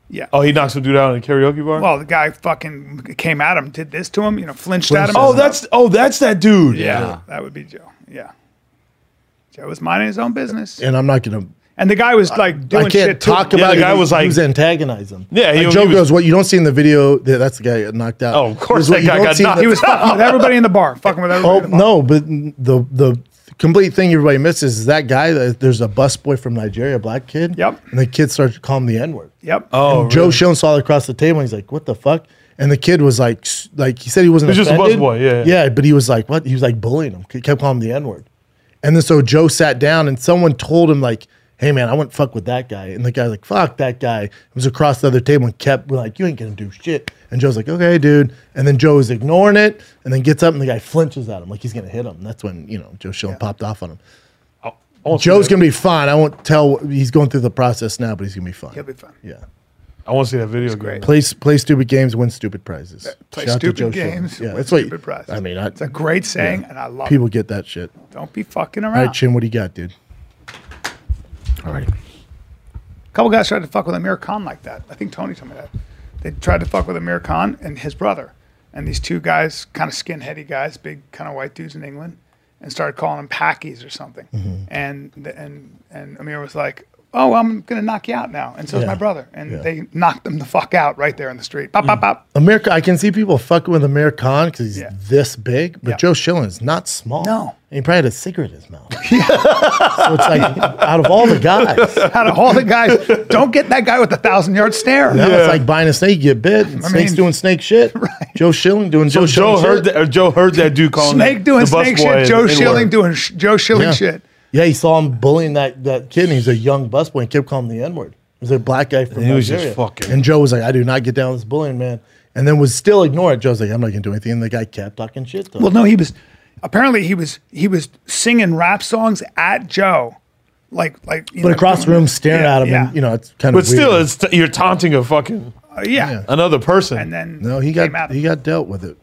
A: Yeah.
C: Oh, he knocked some dude out in a karaoke bar?
A: Well, the guy fucking came at him, did this to him, you know, flinched at him.
B: Flinched at
C: oh,
B: him.
C: that's oh, that's that dude.
A: yeah. That would be Joe. Yeah. Joe was minding his own business.
B: And I'm not gonna.
A: And the guy was
B: Uh,
A: like doing
B: I can't
A: shit to
B: talk
A: him.
B: about.
C: the
B: it.
C: guy
B: He
C: was like-
B: he was antagonizing.
C: Yeah, he-
B: he, like
C: he
B: Joe
C: was-
B: goes, "What you don't see in the video? that- That's the guy that got knocked out."
C: Oh, of
B: He goes,
C: course that
B: "What
C: guy
B: you don't
C: got
B: see in
C: knocked
B: the-
A: He was fucking with everybody in the bar, fucking with everybody.
B: Oh
A: in the bar.
B: no, but the the complete thing everybody misses is that guy. That there's a busboy from Nigeria, a black kid.
A: Yep.
B: And the kid starts to call him the N word.
A: Yep.
C: Oh,
B: Joe
C: really?
B: Schoen saw it across the table. and He's like, "What the fuck?" And the kid was like, s- like he said he wasn't.
C: He was just a
B: offended.
C: busboy, yeah,
B: yeah. but he was like, what? He was like bullying him. He kept calling him the N word. And then so Joe sat down, and someone told him like, "Hey man, I wouldn't fuck with that guy." And the guy's like, "Fuck that guy." It was across the other table and kept we're like, "You ain't gonna do shit." And Joe's like, "Okay, dude." And then Joe is ignoring it, and then gets up, and the guy flinches at him like he's gonna hit him. That's when you know Joe Schoen popped off on him.
C: I wanna see
B: Joe's
C: that-
B: gonna be fine. I won't tell. He's going through the process now, but he's gonna be fine.
A: He'll be fine.
B: Yeah.
C: I want to see that video again.
A: great.
B: Play play stupid games, win stupid prizes.
A: Play
B: Shout out to Joe
A: stupid
B: Schilling.
A: games.
B: Yeah,
A: win
B: that's what
A: stupid prizes.
B: I mean. I,
A: it's a great saying, and I love
B: people get that shit.
A: it. Don't be fucking
B: All
A: around.
B: right, Chin, what do you got, dude?
D: All right.
A: couple guys tried to fuck with Amir Khan like that. I think Tony told me that. They tried to fuck with Amir Khan and his brother. And these two guys, kind of skinheady guys, big kind of white dudes in England, and started calling them packies or something.
B: Mm-hmm.
A: And the, and and Amir was like, "Oh, I'm gonna knock you out now." And so's
B: Yeah.
A: my brother. And
B: Yeah. Mm.
A: they knocked them the fuck out right there in the street. Pop, pop, pop.
B: America, I can see people fucking with Amir Khan because he's
A: Yeah.
B: this big, but
A: Yeah.
B: Joe Schilling is not small.
A: No.
B: and he probably had a cigarette in his mouth. so it's like out of all the guys, now
A: Out of all the guys, don't get that guy with the thousand yard stare.
B: it's like buying a snake, you get bit, and snake's
A: mean-
B: doing snake shit. Joe Schilling doing
C: So
B: Joe Schilling
C: Joe heard
B: shit.
C: that. Or Joe heard that dude calling
A: Snake
C: the-
A: doing
C: the bus
A: snake
C: boy
A: shit. Joe
C: an N-word.
A: Schilling doing sh- Joe Schilling
B: yeah.
A: shit.
B: Yeah, he saw him bullying that, that kid, and he's a young busboy, and kept calling him the N word. He was a black guy from
C: And he was
B: Nigeria.
C: just fucking-
B: And Joe was like, "I do not get down with this bullying, man." And then was still ignoring it. Joe's like, "I'm not gonna do anything." And the guy kept talking shit. To him.
A: Well, no, he was apparently he was he was singing rap songs at Joe, like like. you
B: but
A: know,
B: across the
A: doing-
B: room, staring
A: yeah,
B: at him,
A: yeah.
B: and you know, it's kind of.
C: But still, it's you're taunting a fucking
A: Uh, yeah.
B: Yeah.
C: another person.
A: And then
B: no, he
A: came out.
B: got he got dealt with it.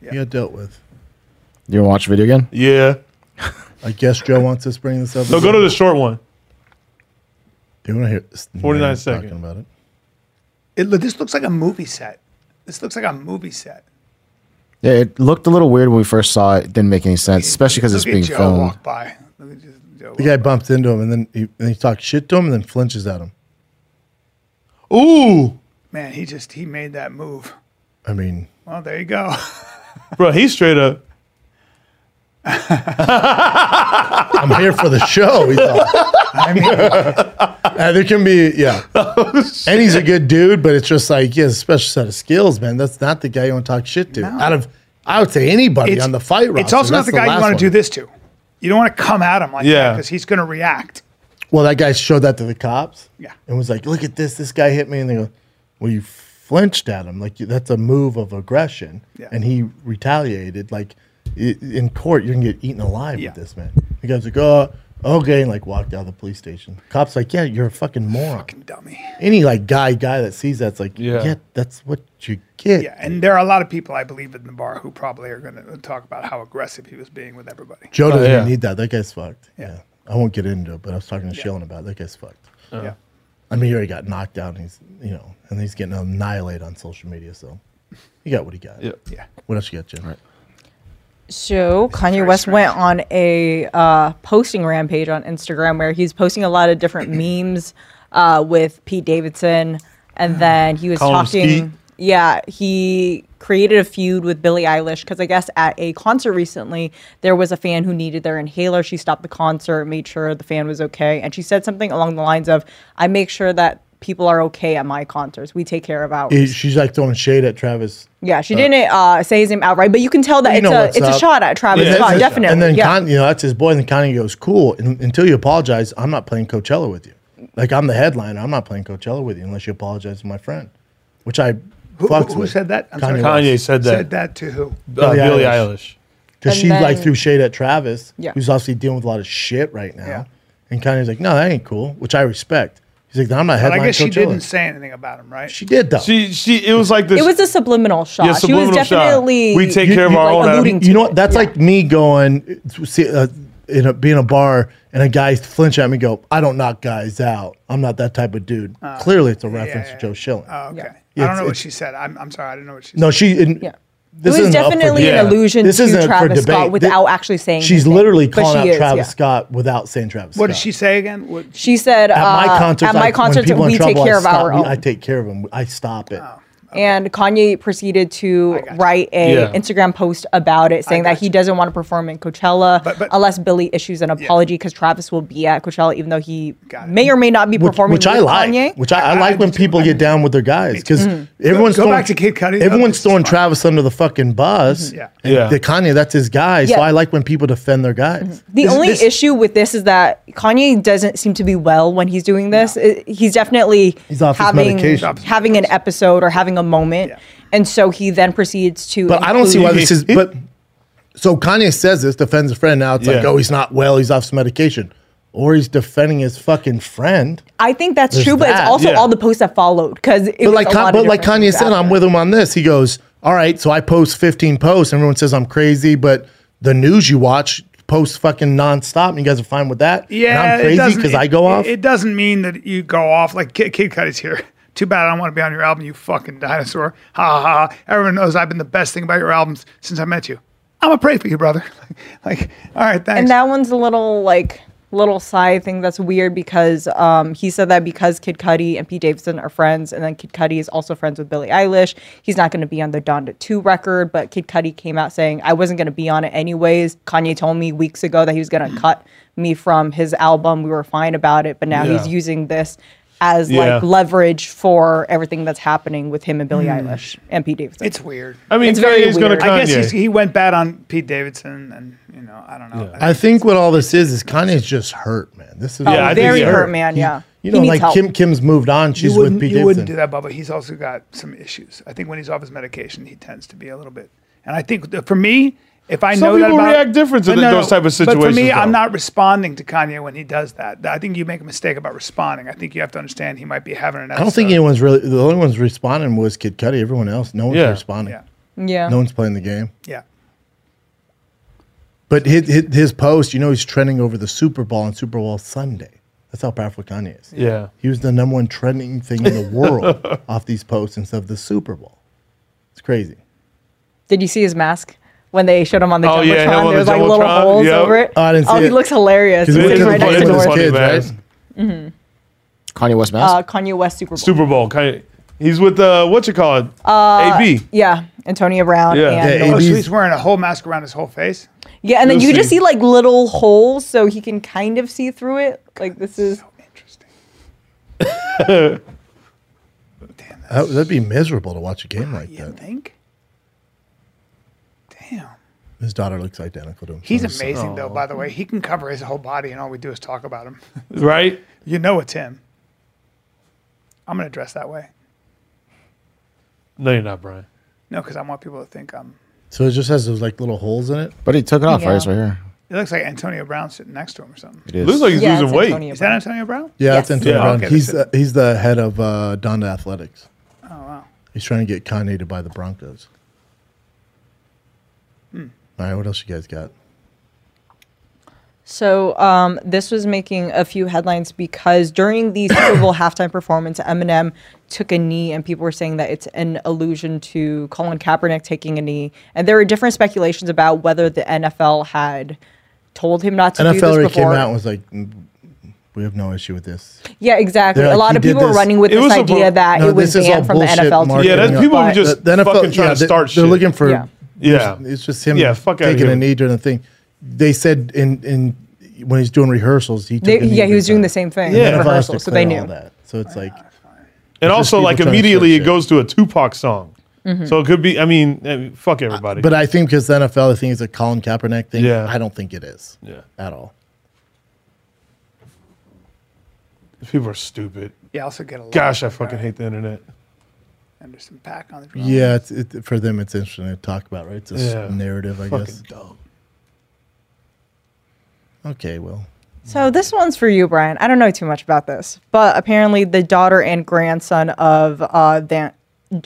A: Yeah.
B: He got dealt with.
D: You want to watch the video again?
C: yeah.
B: I guess Joe wants us to bring this up.
C: No, go to the short one.
B: You want to hear this?
C: 49
B: Talking
C: second.
B: about it.
A: It lo- this looks like a movie set. This looks like a movie set.
D: Yeah, it looked a little weird when we first saw it. It didn't make any sense, especially because it's
A: Look at
D: being
A: Joe
D: filmed.
A: Walk by. Look at just Joe
B: The
A: walk-
B: guy bumps into him, and then he and he talks shit to him, and then flinches at him.
C: Ooh,
A: Man, he just he made that move.
B: I mean,
A: Well, there you go.
C: bro, he's straight up.
B: I'm here for the show. He's all,
A: I mean,
B: Uh, there can be, yeah. and he's a good dude, but it's just like he has a special set of skills, man. That's not the guy you want to talk shit to. Out of, I would say anybody
A: it's
B: on the fight roster.
A: It's also not
B: That's
A: the guy you
B: last
A: want
B: one.
A: to do this to. You don't want to come at him like
C: Yeah.
A: that because he's going to react.
B: Well, that guy showed that to the cops.
A: Yeah.
B: and was like, "Look at this. This guy hit me," and they go, "Well, you flinched at him. Like you- that's a move of aggression."
A: Yeah.
B: and he retaliated. Like i- in court, you're gonna get eaten alive
A: Yeah.
B: with this man. The guy's like, "Oh." Okay, and like walked out of the police station. Cops like, yeah, you're a fucking moron.
A: Dummy.
B: any like guy guy that sees that's like
C: Yeah.
B: yeah, that's what you get
A: Yeah, and there are a lot of people I believe in the bar who probably are going to talk about how aggressive he was being with everybody.
B: joe doesn't
C: Oh, yeah.
B: even need that that guy's fucked
A: Yeah.
B: yeah. i won't get into it but i was talking to Shilling about it. that guy's fucked
A: yeah.
B: I mean, he already got knocked down. He's you know, and he's getting annihilated on social media. So he got what he got.
C: Yeah.
A: Yeah.
B: What else you got, Jim?
F: So Kanye West went on a uh, posting rampage on Instagram where he's posting a lot of different memes uh, with Pete Davidson, and then he was
C: Call him Skeet.
F: talking. Yeah, he created a feud with Billie Eilish because I guess at a concert recently there was a fan who needed their inhaler. She stopped the concert, made sure the fan was okay, and she said something along the lines of, "I make sure that." People are okay at my concerts. We take care of ours.
B: He- she's like throwing shade at Travis.
F: Yeah, she didn't uh, say his name outright, but you can tell that
B: you
F: it's
B: know
F: a
B: what's
F: it's
B: up.
F: a shot at Travis
C: Yeah,
F: Scott,
C: it's a shot.
F: definitely.
B: And then
F: yeah.
B: Con, you know, that's his boy. And then Kanye goes, "Cool. un until you apologize, I'm not playing Coachella with you. Like I'm the headliner. I'm not playing Coachella with you unless you apologize to my friend." Which I
A: Who,
B: fucks
A: who- who
B: with.
A: said that? I'm
B: Kanye
A: sorry.
C: Kanye said that.
A: Said that to who?
C: Uh,
B: Billie
C: Billie
B: Eilish.
C: Eilish.
B: because
F: And
B: she like
F: then-
B: threw shade at Travis,
F: Yeah.
B: who's obviously dealing with a lot of shit right now.
A: Yeah.
B: And Kanye's like, "No, that ain't cool," which I respect. He's like, "No, "I'm not
A: But
B: headlining
A: I guess she
B: Coachella."
A: didn't say anything about him, right?
B: She did though.
C: She she it was like this.
F: it was a subliminal shot.
C: Yeah,
F: she
C: subliminal
F: was
C: shot.
F: definitely
C: We take care of our own
F: alluding
C: ad-
F: to
B: you know
F: it.
B: what? That's
F: Yeah.
B: like me going uh, see, uh, in a, being a bar and a guy flinch at me. and Go, I don't knock guys out. I'm not that type of dude. Clearly, it's a reference
A: Uh, yeah,
B: to Joe Schilling.
A: Oh, okay.
F: Yeah.
A: I don't
B: It's-
A: know what
B: it's-
A: she said. I'm, I'm sorry. I didn't know what she said.
B: no, she. And,
F: Yeah.
B: This
F: it was
B: isn't up for
F: definitely
B: debate.
F: an
C: Yeah.
F: allusion
B: This isn't
F: to
B: up for
F: Travis Scott
B: debate.
F: without
B: This-
F: actually saying.
B: She's
F: anything.
B: literally
F: But
B: calling
F: she
B: out
F: is,
B: Travis
F: yeah.
B: Scott without saying
A: What
B: Travis. Scott.
A: did she say again? What,
F: She said
B: At my
F: uh,
B: concerts,
F: at my
B: I, when
F: concerts,
B: people in
F: we
B: trouble,
F: take care
B: I
F: of our
B: stop-
F: own.
B: I take care of them. I stop it.
A: Oh.
F: and Kanye proceeded to write a
C: Yeah.
F: Instagram post about it, saying that
A: got
F: he
A: you.
F: doesn't want to perform in Coachella
A: But- but-
F: unless Billy issues an apology because Travis will be at Coachella, even though he
A: Got it.
F: may or may not be
B: Which,
F: performing
B: which
F: with
B: I like.
F: Kanye.
B: Which I, I like when people get down with their guys because everyone's
A: Mm-hmm. Go- go
B: throwing,
A: back to Kid Cudi.
B: Everyone's
A: That's
B: throwing
A: fine.
B: Travis under the fucking bus.
A: Mm-hmm. Yeah.
B: And
C: Yeah.
B: The Kanye, that's his guy. So
F: Yeah.
B: I like when people defend their guys.
F: The
A: This-
F: only
A: this-
F: issue with this is that Kanye doesn't seem to be well when he's doing this. It- He's definitely
B: He's off his
F: having
B: medication. He's off
A: his
F: having an episode or having a moment,
A: Yeah.
F: and so he then proceeds to.
B: But I don't see why
F: include-
B: this is. But so Kanye says this, defends a friend. Now it's like,
C: Yeah.
B: oh, he's not well. He's off some medication, or he's defending his fucking friend.
F: I think that's
B: There's
F: true, but
B: that.
F: it's also
C: Yeah.
F: all the posts that followed because.
B: But like, Con- but like Kanye said, I'm with him on this. He goes, "All right, so I post 15 posts. Everyone says I'm crazy, but the news you watch posts fucking nonstop, and you guys are fine with that.
A: Yeah, it
B: and I'm crazy
A: doesn't-
B: because
A: it-
B: I go off.
A: It, doesn't mean that you go off like Kid, Kid Cudi's here. Too bad I don't want to be on your album, you fucking dinosaur. Ha ha! ha. Everyone knows I've been the best thing about your albums since I met you. I'm gonna pray for you, brother. Like, all right, thanks.
F: And that one's a little like little side thing that's weird because um, he said that because Kid Cudi and Pete Davidson are friends, and then Kid Cudi is also friends with Billie Eilish. He's not going to be on the Donda Two record, but Kid Cudi came out saying I wasn't going to be on it anyways. Kanye told me weeks ago that he was going to cut me from his album. We were fine about it, but now
C: Yeah.
F: he's using this as
C: Yeah.
F: like leverage for everything that's happening with him and Billie
C: Hmm.
F: Eilish and Pete Davidson.
A: it's weird.
C: I mean,
F: It's very
C: Kanye's going to
F: weird.
C: Kanye.
A: I guess he's, he went bad on Pete Davidson, and you know, I don't know.
B: I think what all this is is Kanye's just hurt, man. This is
A: Oh,
C: Yeah, I think
F: very
C: he
F: hurt
C: hurt.
F: man, yeah.
B: You
F: He
B: know,
F: needs
B: like
F: help.
B: Kim Kim's moved on. She's
A: you wouldn't,
B: with Pete
A: you wouldn't do
B: Davidson.
A: that, Bubba. He's also got some issues. I think when he's off his medication, he tends to be a little bit. And I think that for me, if I
C: Some
A: know that
C: people
A: about,
C: react different to
A: But
C: th- those type of
A: But for me,
C: situations,
A: I'm
C: though.
A: not responding to Kanye when he does that. I think you make a mistake about responding. I think you have to understand he might be having an.
B: I don't think
A: episode.
B: anyone's really. The only one's responding was Kid Cudi. Everyone else, no one's
C: Yeah.
B: responding.
A: Yeah,
F: yeah.
B: No one's playing the game.
A: yeah.
B: But his, his, his post, you know, he's trending over the Super Bowl on Super Bowl Sunday. That's how powerful Kanye is.
C: Yeah.
B: He was the number one trending thing in the world off these posts instead of the Super Bowl. It's crazy.
F: Did you see his mask when they showed him on the
C: Oh,
F: jumbotron?
C: yeah, him on the
F: There's like little
C: Jumbotron,
F: holes
C: yep.
F: over it.
B: Oh, I didn't see
F: he
B: it.
F: looks hilarious.
B: Because
F: He's
B: he went
F: sitting
B: to the
F: right next
B: party
F: to
B: with his
F: Dora.
C: funny,
B: kids,
C: man.
B: right?
D: Kanye West mask.
F: uh, Kanye West Super Bowl.
C: Super Bowl. Kanye. He's with uh, what you call it? Uh, AB.
F: yeah, Antonio Brown.
C: Yeah.
F: and
B: Yeah,
F: yeah,
A: Oh, so
B: AB's
A: he's wearing a whole mask around his whole face.
F: and then
C: You'll
F: you just
C: see.
F: see like little holes, so he can kind of see through it. Like this is
A: Oh, Interesting.
B: That, would be miserable to watch a game like
A: You
B: that.
A: think? Damn.
B: His daughter looks identical to him.
A: He's
B: So
C: Oh,
B: it's-
A: amazing, though. By the way, he can cover his whole body, and all we do is talk about him.
C: Right?
A: You know it's him. I'm gonna dress that way.
C: No, you're not, Brian.
A: No, because I want people to think I'm.
B: So it just has those like little holes in it.
D: but he took it off.
F: Yeah.
D: Right, it's right here.
A: It looks like Antonio Brown sitting next to him or something.
D: It is.
C: Looks like he's
F: yeah, it's
C: losing weight.
F: Antonio
A: Is that
F: Brown.
A: Antonio Brown?
B: Yeah,
F: Yes.
B: that's Antonio
C: Yeah,
B: Brown.
A: okay,
B: he's
A: that's
B: uh, he's the head of uh, Donda Athletics.
A: Oh wow.
B: He's trying to get Kanye to buy the Broncos. All right, what else you guys got?
F: So um, this was making a few headlines because during the Super Bowl halftime performance, Eminem took a knee, and people were saying that it's an allusion to Colin Kaepernick taking a knee. And there were different speculations about whether the NFL had told him not to do
B: NFL
F: this
B: already
F: before.
B: came out and was like, "Mm, we have no issue with this.
F: Yeah, exactly.
B: They're
F: a
B: like,
F: lot
B: he
F: of
B: did
F: people were
B: this-
F: running with
C: It
F: this
C: was a bu-
F: idea that
B: No,
F: it was
B: this is all
F: banned from the
B: bullshit
F: NFL. to
B: marketing.
C: Yeah, that's
F: do it,
C: people who
F: but-
C: just fucking trying to
B: they-
C: start
B: They're
C: shit.
B: looking for.
F: Yeah.
C: Yeah.
B: it's just him.
C: Yeah, fuck outta
B: taking
C: here.
B: a knee during the thing. They said in in when he's doing rehearsals, he took
F: They,
B: a knee
F: yeah, he was doing
B: time.
F: the same thing
C: Yeah.
F: in
B: NFL has to
F: rehearsal, so they
B: clear all
F: knew.
B: that. So it's like
C: And
B: It's just
C: also,
B: people
C: like
B: trying to
C: immediately,
B: start
C: it
B: shit.
C: goes to a Tupac song,
F: Mm-hmm.
C: so it could be. I mean, I mean, fuck everybody.
B: But I think because the NFL, I think it's a Colin Kaepernick thing.
C: Yeah.
B: I don't think it is
C: yeah,
B: at all.
C: people are stupid.
A: Yeah, I also get a lot
C: Gosh, I
A: of
C: fucking hate the internet.
A: Anderson Pack on the drum.
B: Yeah, it's, it, for them, it's interesting to talk about, right? It's a s-
C: Yeah.
B: narrative, I
C: Fucking
B: guess.
C: dumb.
B: Okay, well,
F: So this one's for you, Brian. I don't know too much about this, but apparently the daughter and grandson of uh, Dan-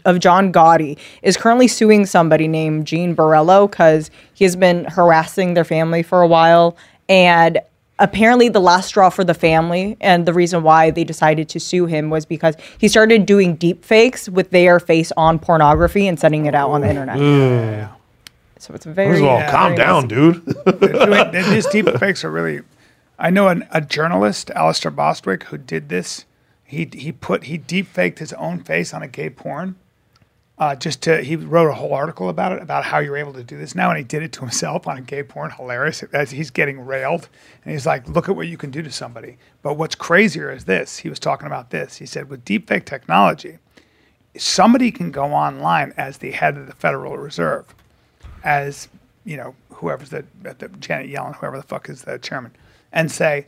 F: of John Gotti is currently suing somebody named Gene Barello because he has been harassing their family for a while, and apparently the last straw for the family and the reason why they decided to sue him was because he started doing deep fakes with their face on pornography and sending it out on the internet. So it's very.
C: First of all,
A: Yeah,
C: calm
F: very
C: down, dude.
A: They're doing- they're- these deep fakes are really. I know an, a journalist, Alistair Bostwick, who did this. He he put he deep faked his own face on a gay porn. Uh, just to he wrote a whole article about it about how you're able to do this now, and he did it to himself on a gay porn. Hilarious. As he's getting railed, and he's like, "Look at what you can do to somebody." But what's crazier is this. He was talking about this. He said, "With deep fake technology, somebody can go online as the head of the Federal Reserve, as you know, whoever's the, at the Janet Yellen, whoever the fuck is the chairman, and say,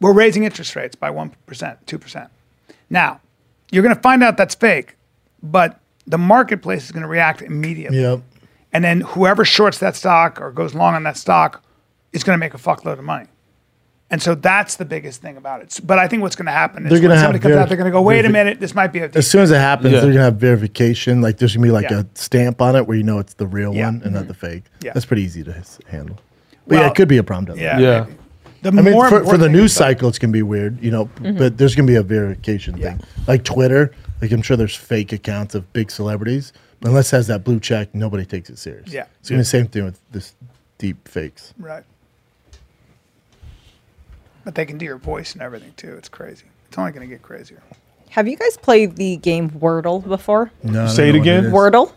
A: we're raising interest rates by one percent, two percent. Now, you're going to find out that's fake, but the marketplace is going to react immediately.
B: yep.
A: And then whoever shorts that stock or goes long on that stock is going to make a fuckload of money. And so that's the biggest thing about it. S- But I think what's going to happen is
B: They're gonna
A: when
B: have
A: somebody comes
B: their-
A: out, they're going to go, wait a
B: their-
A: minute, this might be a.
B: As soon as it happens,
C: Yeah.
B: they're gonna have verification. Like there's gonna be like
A: Yeah.
B: a stamp on it where you know it's the real
A: Yeah. Mm-hmm.
B: one and not the fake.
A: Yeah.
B: That's pretty easy to s- handle. But yeah,
A: Well,
B: it could be a problem. doesn't it?
A: yeah.
C: Yeah.
A: The
B: I mean,
A: more
B: for, for
A: important
B: the
A: thing
B: news
A: is that-
B: cycle, it's gonna be weird, you know. But there's gonna be a verification
A: Yeah.
B: thing, like Twitter. Like I'm sure there's fake accounts of big celebrities, but unless it has that blue check, nobody takes it serious.
A: Yeah.
B: it's gonna be the same thing with this deep fakes.
A: Right. But they can do your voice and everything too. It's crazy. It's only going to get crazier.
F: Have you guys played the game Wordle before?
B: No, I don't
C: Say it
B: know what
C: again?
B: is.
F: Wordle.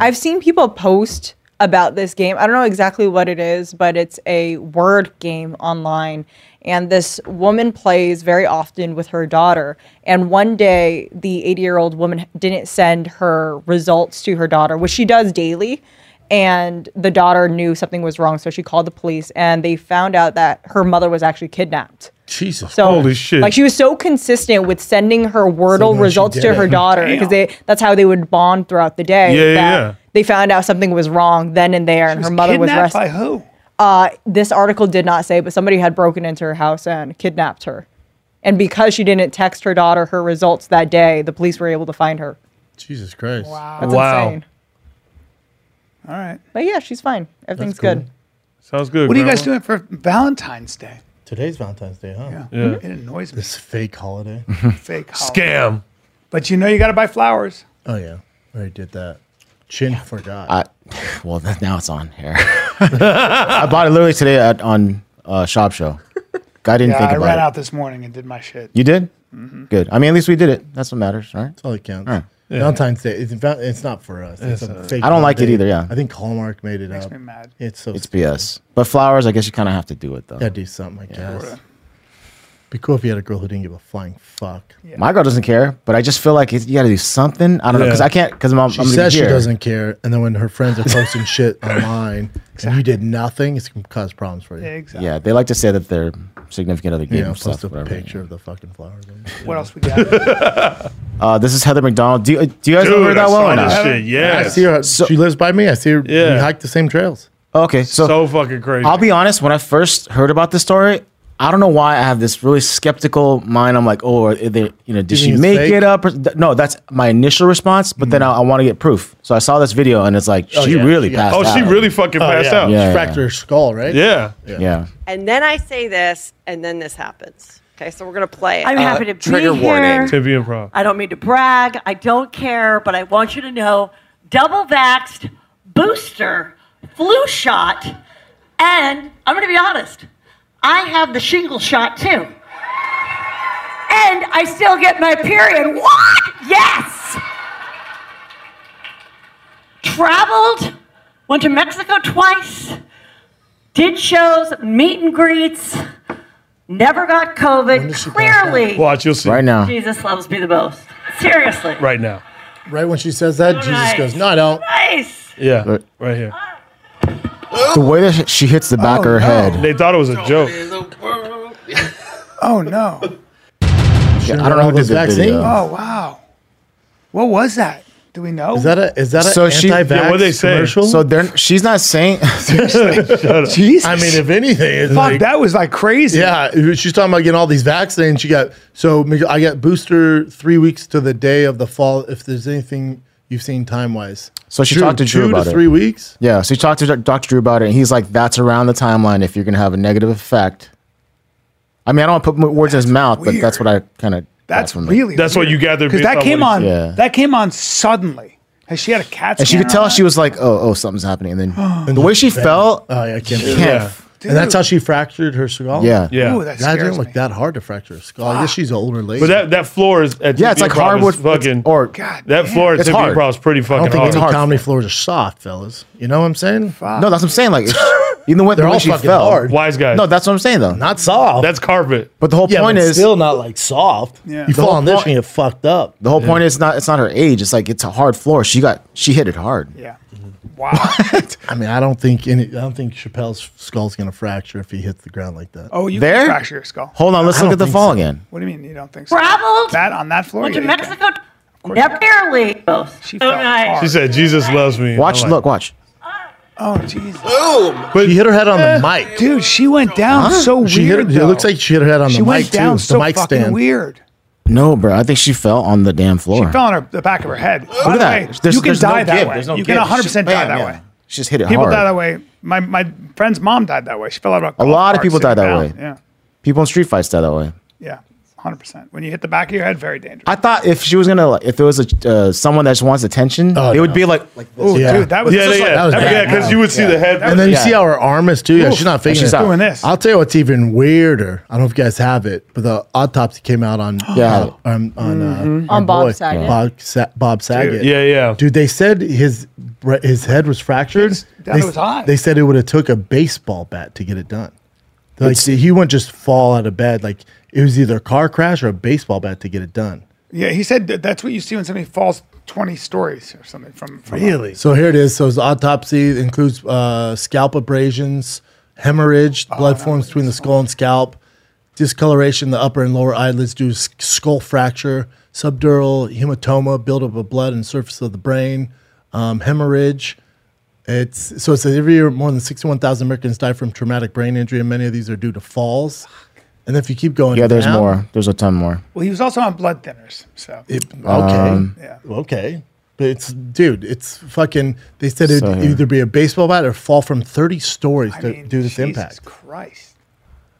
F: I've seen people post about this game. I don't know exactly what it is, but it's a word game online. And this woman plays very often with her daughter. And one day, the 80 year old woman didn't send her results to her daughter, which she does daily. And the daughter knew something was wrong, so she called the police. And they found out that her mother was actually kidnapped.
B: Jesus.
F: So,
C: Holy shit.
F: Like she was so consistent with sending her Wordle
B: when she
F: results
B: did
F: to
B: it-
F: her daughter because they that's how they would bond throughout the day.
C: Yeah, yeah,
F: that
C: yeah.
F: They found out something was wrong then and there, and her mother was
A: Kidnapped by
F: arrested.
A: who?
F: Uh, this article did not say, but somebody had broken into her house and kidnapped her. And because she didn't text her daughter her results that day, the police were able to find her.
B: Jesus Christ.
F: That's
C: Wow.
F: insane.
A: All right.
F: But yeah, she's fine. Everything's
B: cool.
F: good.
C: Sounds good.
A: What are you guys
C: Grandma.
A: doing for Valentine's Day?
B: Today's Valentine's Day, huh?
A: Yeah.
C: Yeah.
A: It annoys me.
B: This fake holiday.
A: Fake holiday.
C: Oh. Scam.
A: But you know you got to buy flowers.
B: oh yeah, I already did that. Chin forgot.
D: I, well, that, now it's on here. I bought it literally today at, on uh, Shop Show. I didn't
A: Yeah,
D: think
A: I
D: about
A: ran
D: it.
A: out Mm-hmm. this morning and did my shit.
D: You did? Good. I mean, at least we did it. That's what matters, right?
B: That's all that counts.
D: Huh.
B: Valentine's Day. It's, val- it's not for us. It's, a fake.
D: I don't like it
B: holiday.
D: either, yeah.
B: I think Hallmark made it
A: Makes
B: up.
A: me mad.
B: It's so. It's
D: It's BS. But flowers, I guess you kind of have to do it, though.
B: gotta do something. I guess.
A: Sorta.
B: Be cool if you had a girl who didn't give a flying fuck.
D: My girl doesn't care, but I just feel like it's, you got to do something. I don't know
C: Yeah.
D: because I can't because I'm, I'm
B: She
D: gonna be
B: says she
D: here.
B: doesn't care, and then when her friends are posting shit online and you did nothing, it's gonna cause problems for you.
A: Yeah, exactly.
D: Yeah, they like to say that their significant other gave
B: You know,
D: them
B: post
D: stuff.
B: a
D: whatever.
B: picture of the fucking flowers.
A: What else we got?
D: Uh, this is Heather McDonald. Do you, uh, do you guys remember
C: Dude, I
D: that one?
C: saw
D: Or
C: this
D: not?
C: shit. Yes.
B: I see her.
D: So-
B: she lives by me. I see her.
C: Yeah.
B: We hike the same trails.
D: Okay, so,
C: so fucking crazy.
D: I'll be honest. When I first heard about this story, I don't know why I have this really skeptical mind. I'm like, oh, are they, you know, did
B: You
D: she
B: think it's
D: make
B: fake?
D: it up? or- th- No, that's my initial response. But then I, I want to get proof. So I saw this video and it's like she
B: yeah,
D: really
B: she-
D: passed.
C: Oh, she
D: out.
C: really fucking passed
B: yeah.
C: out.
B: She
D: Yeah, yeah.
B: fractured her skull, right?
C: Yeah.
D: Yeah.
G: And then I say this, and then this happens. Okay, so we're gonna play it.
H: I'm happy to
D: trigger
H: be
D: warning.
H: here.
C: Tibby improv.
H: I don't mean to brag. I don't care, but I want you to know: double vaxxed, booster, flu shot, and I'm going to be honest. I have the shingle shot too, and I still get my period. What? Yes. Traveled, went to Mexico twice, did shows, meet and greets. Never got COVID.
B: does she pass out?
H: Clearly,
C: Watch, you'll see.
D: Right now.
H: Jesus loves me the most. Seriously.
C: Right now.
B: Right when she says that, Jesus
H: Nice.
B: goes, "No, I don't."
H: Nice.
C: Yeah. Right here.
D: The way that she hits the back of her head.
C: They thought it was a joke.
A: Oh no.
B: Should've
D: I
B: done
D: don't know
B: all
D: who did
B: those
D: the video.
A: Oh wow. What was that? Do we know?
B: Is that a is that a
D: So she-
B: anti-vax
C: Yeah, what'd they say?
B: commercial?
D: So they're she's not saying.
A: Jesus?
B: I mean, if anything, it's
A: Fuck,
B: like,
A: that was like crazy.
B: yeah, she's talking about getting all these vaccines. She got so I got booster three weeks to the day of the fall. If there's anything you've seen time wise,
D: So she talked to Drew
B: two
D: about
B: to
D: it.
B: three weeks.
D: yeah. So she talked to Dr. Drew about it, and he's like, "That's around the timeline. If you're gonna have a negative effect." I mean, I don't want to put words in his mouth, but that's what I kind of.
A: That's
D: from it.
A: really
C: That's what you gathered
A: because
C: based
A: that
C: on
A: came
C: what
A: on
C: he
D: said. Yeah.
A: that came on suddenly. And she had a cat.
D: And she could
A: scan.
D: tell she was like, "Oh, oh, something's happening." And then the way she felt,
B: Oh yeah, I can't. believe it.
D: yeah,
B: And that's how she fractured her skull.
D: yeah,
C: Yeah.
A: Ooh, that
B: that
A: scares
B: didn't
A: me.
B: look that hard to fracture a skull. I guess she's an older lady.
C: But that, that floor is at
D: Yeah,
C: Tibby
D: it's like
C: Improv is
D: hardwood
C: fucking
D: it's- or
A: God
C: that
A: damn.
C: floor at
D: It's
C: Tibby
D: hard.
C: Improv is pretty
B: I
C: fucking
B: don't think
C: hard.
B: any
D: hard.
B: comedy floors are soft, fellas. You know what I'm saying?
D: No, that's what I'm saying. Like, it's- even with
B: They're
D: the way
B: all
D: she
B: fucking
D: fell,
B: hard.
C: Wise guys.
D: No, that's what I'm saying though.
B: Not soft.
C: that's carpet.
D: but the whole
B: yeah,
D: point
B: but
D: is
B: still not like soft.
A: Yeah. The
B: You fall
D: whole
B: on this
D: point-
B: and you fucked up.
D: the whole point is not it's not her age. It's like it's a hard floor. She got she hit it hard.
A: Yeah. Wow.
B: I mean, I don't think any. I don't think Chappelle's skull's gonna fracture if he hits the ground like that.
A: Oh, you
D: There?
A: can fracture your skull.
D: Hold on, let's
B: I
D: look
B: don't
D: at the
B: think
D: fall
B: so.
D: again.
A: What do you mean you don't think so?
H: Traveled,
A: That on that floor?
H: went to
A: Yeah, you can.
H: Mexico. Never barely.
A: She
H: so
A: felt
H: nice.
A: hard.
C: She said, Jesus loves me.
D: Watch,
C: I'm like,
D: look, watch.
A: Oh Jesus,
B: She hit her head on the mic.
A: Eh, dude, she went down so weird.
B: She hit. Her, it
A: though.
B: looks like she hit her head on
A: she
B: the
A: went
B: mic
A: down
B: too.
A: so
B: the mic
A: fucking
B: stand.
A: weird.
D: No, bro, I think she fell on the damn floor.
A: Fell on her, the back of her head. By
D: look
A: the
D: at
A: way,
D: that. There's-
A: you can
D: there's no
A: die that
D: give.
A: way.
D: There's no
A: you can
D: give. She
A: 100
D: just-
A: percent die
D: bam,
A: that
D: yeah.
A: way.
D: She just hit it
A: People
D: hard.
A: die that way. My my friend's mom died that way. She fell out of a,
D: A lot of
A: golf
D: people
A: cart
D: die
A: sitting
D: that
A: down.
D: People in street fights die that way.
A: Yeah, yeah, 100. percent When you hit the back of your head, very dangerous.
D: I thought if she was gonna, like, if there was a uh, someone that just wants attention,
B: Oh,
D: it would
B: no.
D: be like, like this.
A: Ooh,
B: Yeah.
A: dude, that was
C: Yeah,
A: just
C: yeah,
A: like
B: was
C: yeah.
B: bad.
C: Yeah, because you would see the head.
B: And then you
D: Yeah.
B: see how her arm is too. Yeah,
A: Oof.
B: she's not faking
D: she's
B: it.
D: out.
A: doing this.
B: I'll tell you what's even weirder. I don't know if you guys have it, but the autopsy came out on
D: Yeah.
B: uh, on on,
A: Mm-hmm.
B: uh, our
F: On Bob
B: boy,
F: Saget.
B: Bob, Sa- Bob Saget.
C: Yeah, yeah.
B: Dude, they said his bre- his head was fractured.
A: that
B: they,
A: was high.
B: They said it would have took a baseball bat to get it done. Like he wouldn't just fall out of bed. Like it was either a car crash or a baseball bat to get it done.
A: Yeah, he said that that's what you see when somebody falls 20 stories or something from. from really?
B: So here it is. So his autopsy includes uh, scalp abrasions, hemorrhage, blood forms between the skull and scalp, discoloration in the upper and lower eyelids due to s- skull fracture, subdural hematoma, buildup of blood and surface of the brain, um, hemorrhage. It's so it says every year more than sixty-one thousand Americans die from traumatic brain injury, and many of these are due to falls. And if you keep going,
D: yeah, there's
B: down,
D: more. There's a ton more.
A: Well, he was also on blood thinners. So
B: It, okay.
D: Um,
B: Okay. But it's, dude, it's fucking, they said it'd
D: So, yeah.
B: either be a baseball bat or fall from 30 stories
A: I
B: to
A: mean,
B: do this
A: Jesus
B: impact.
A: Christ.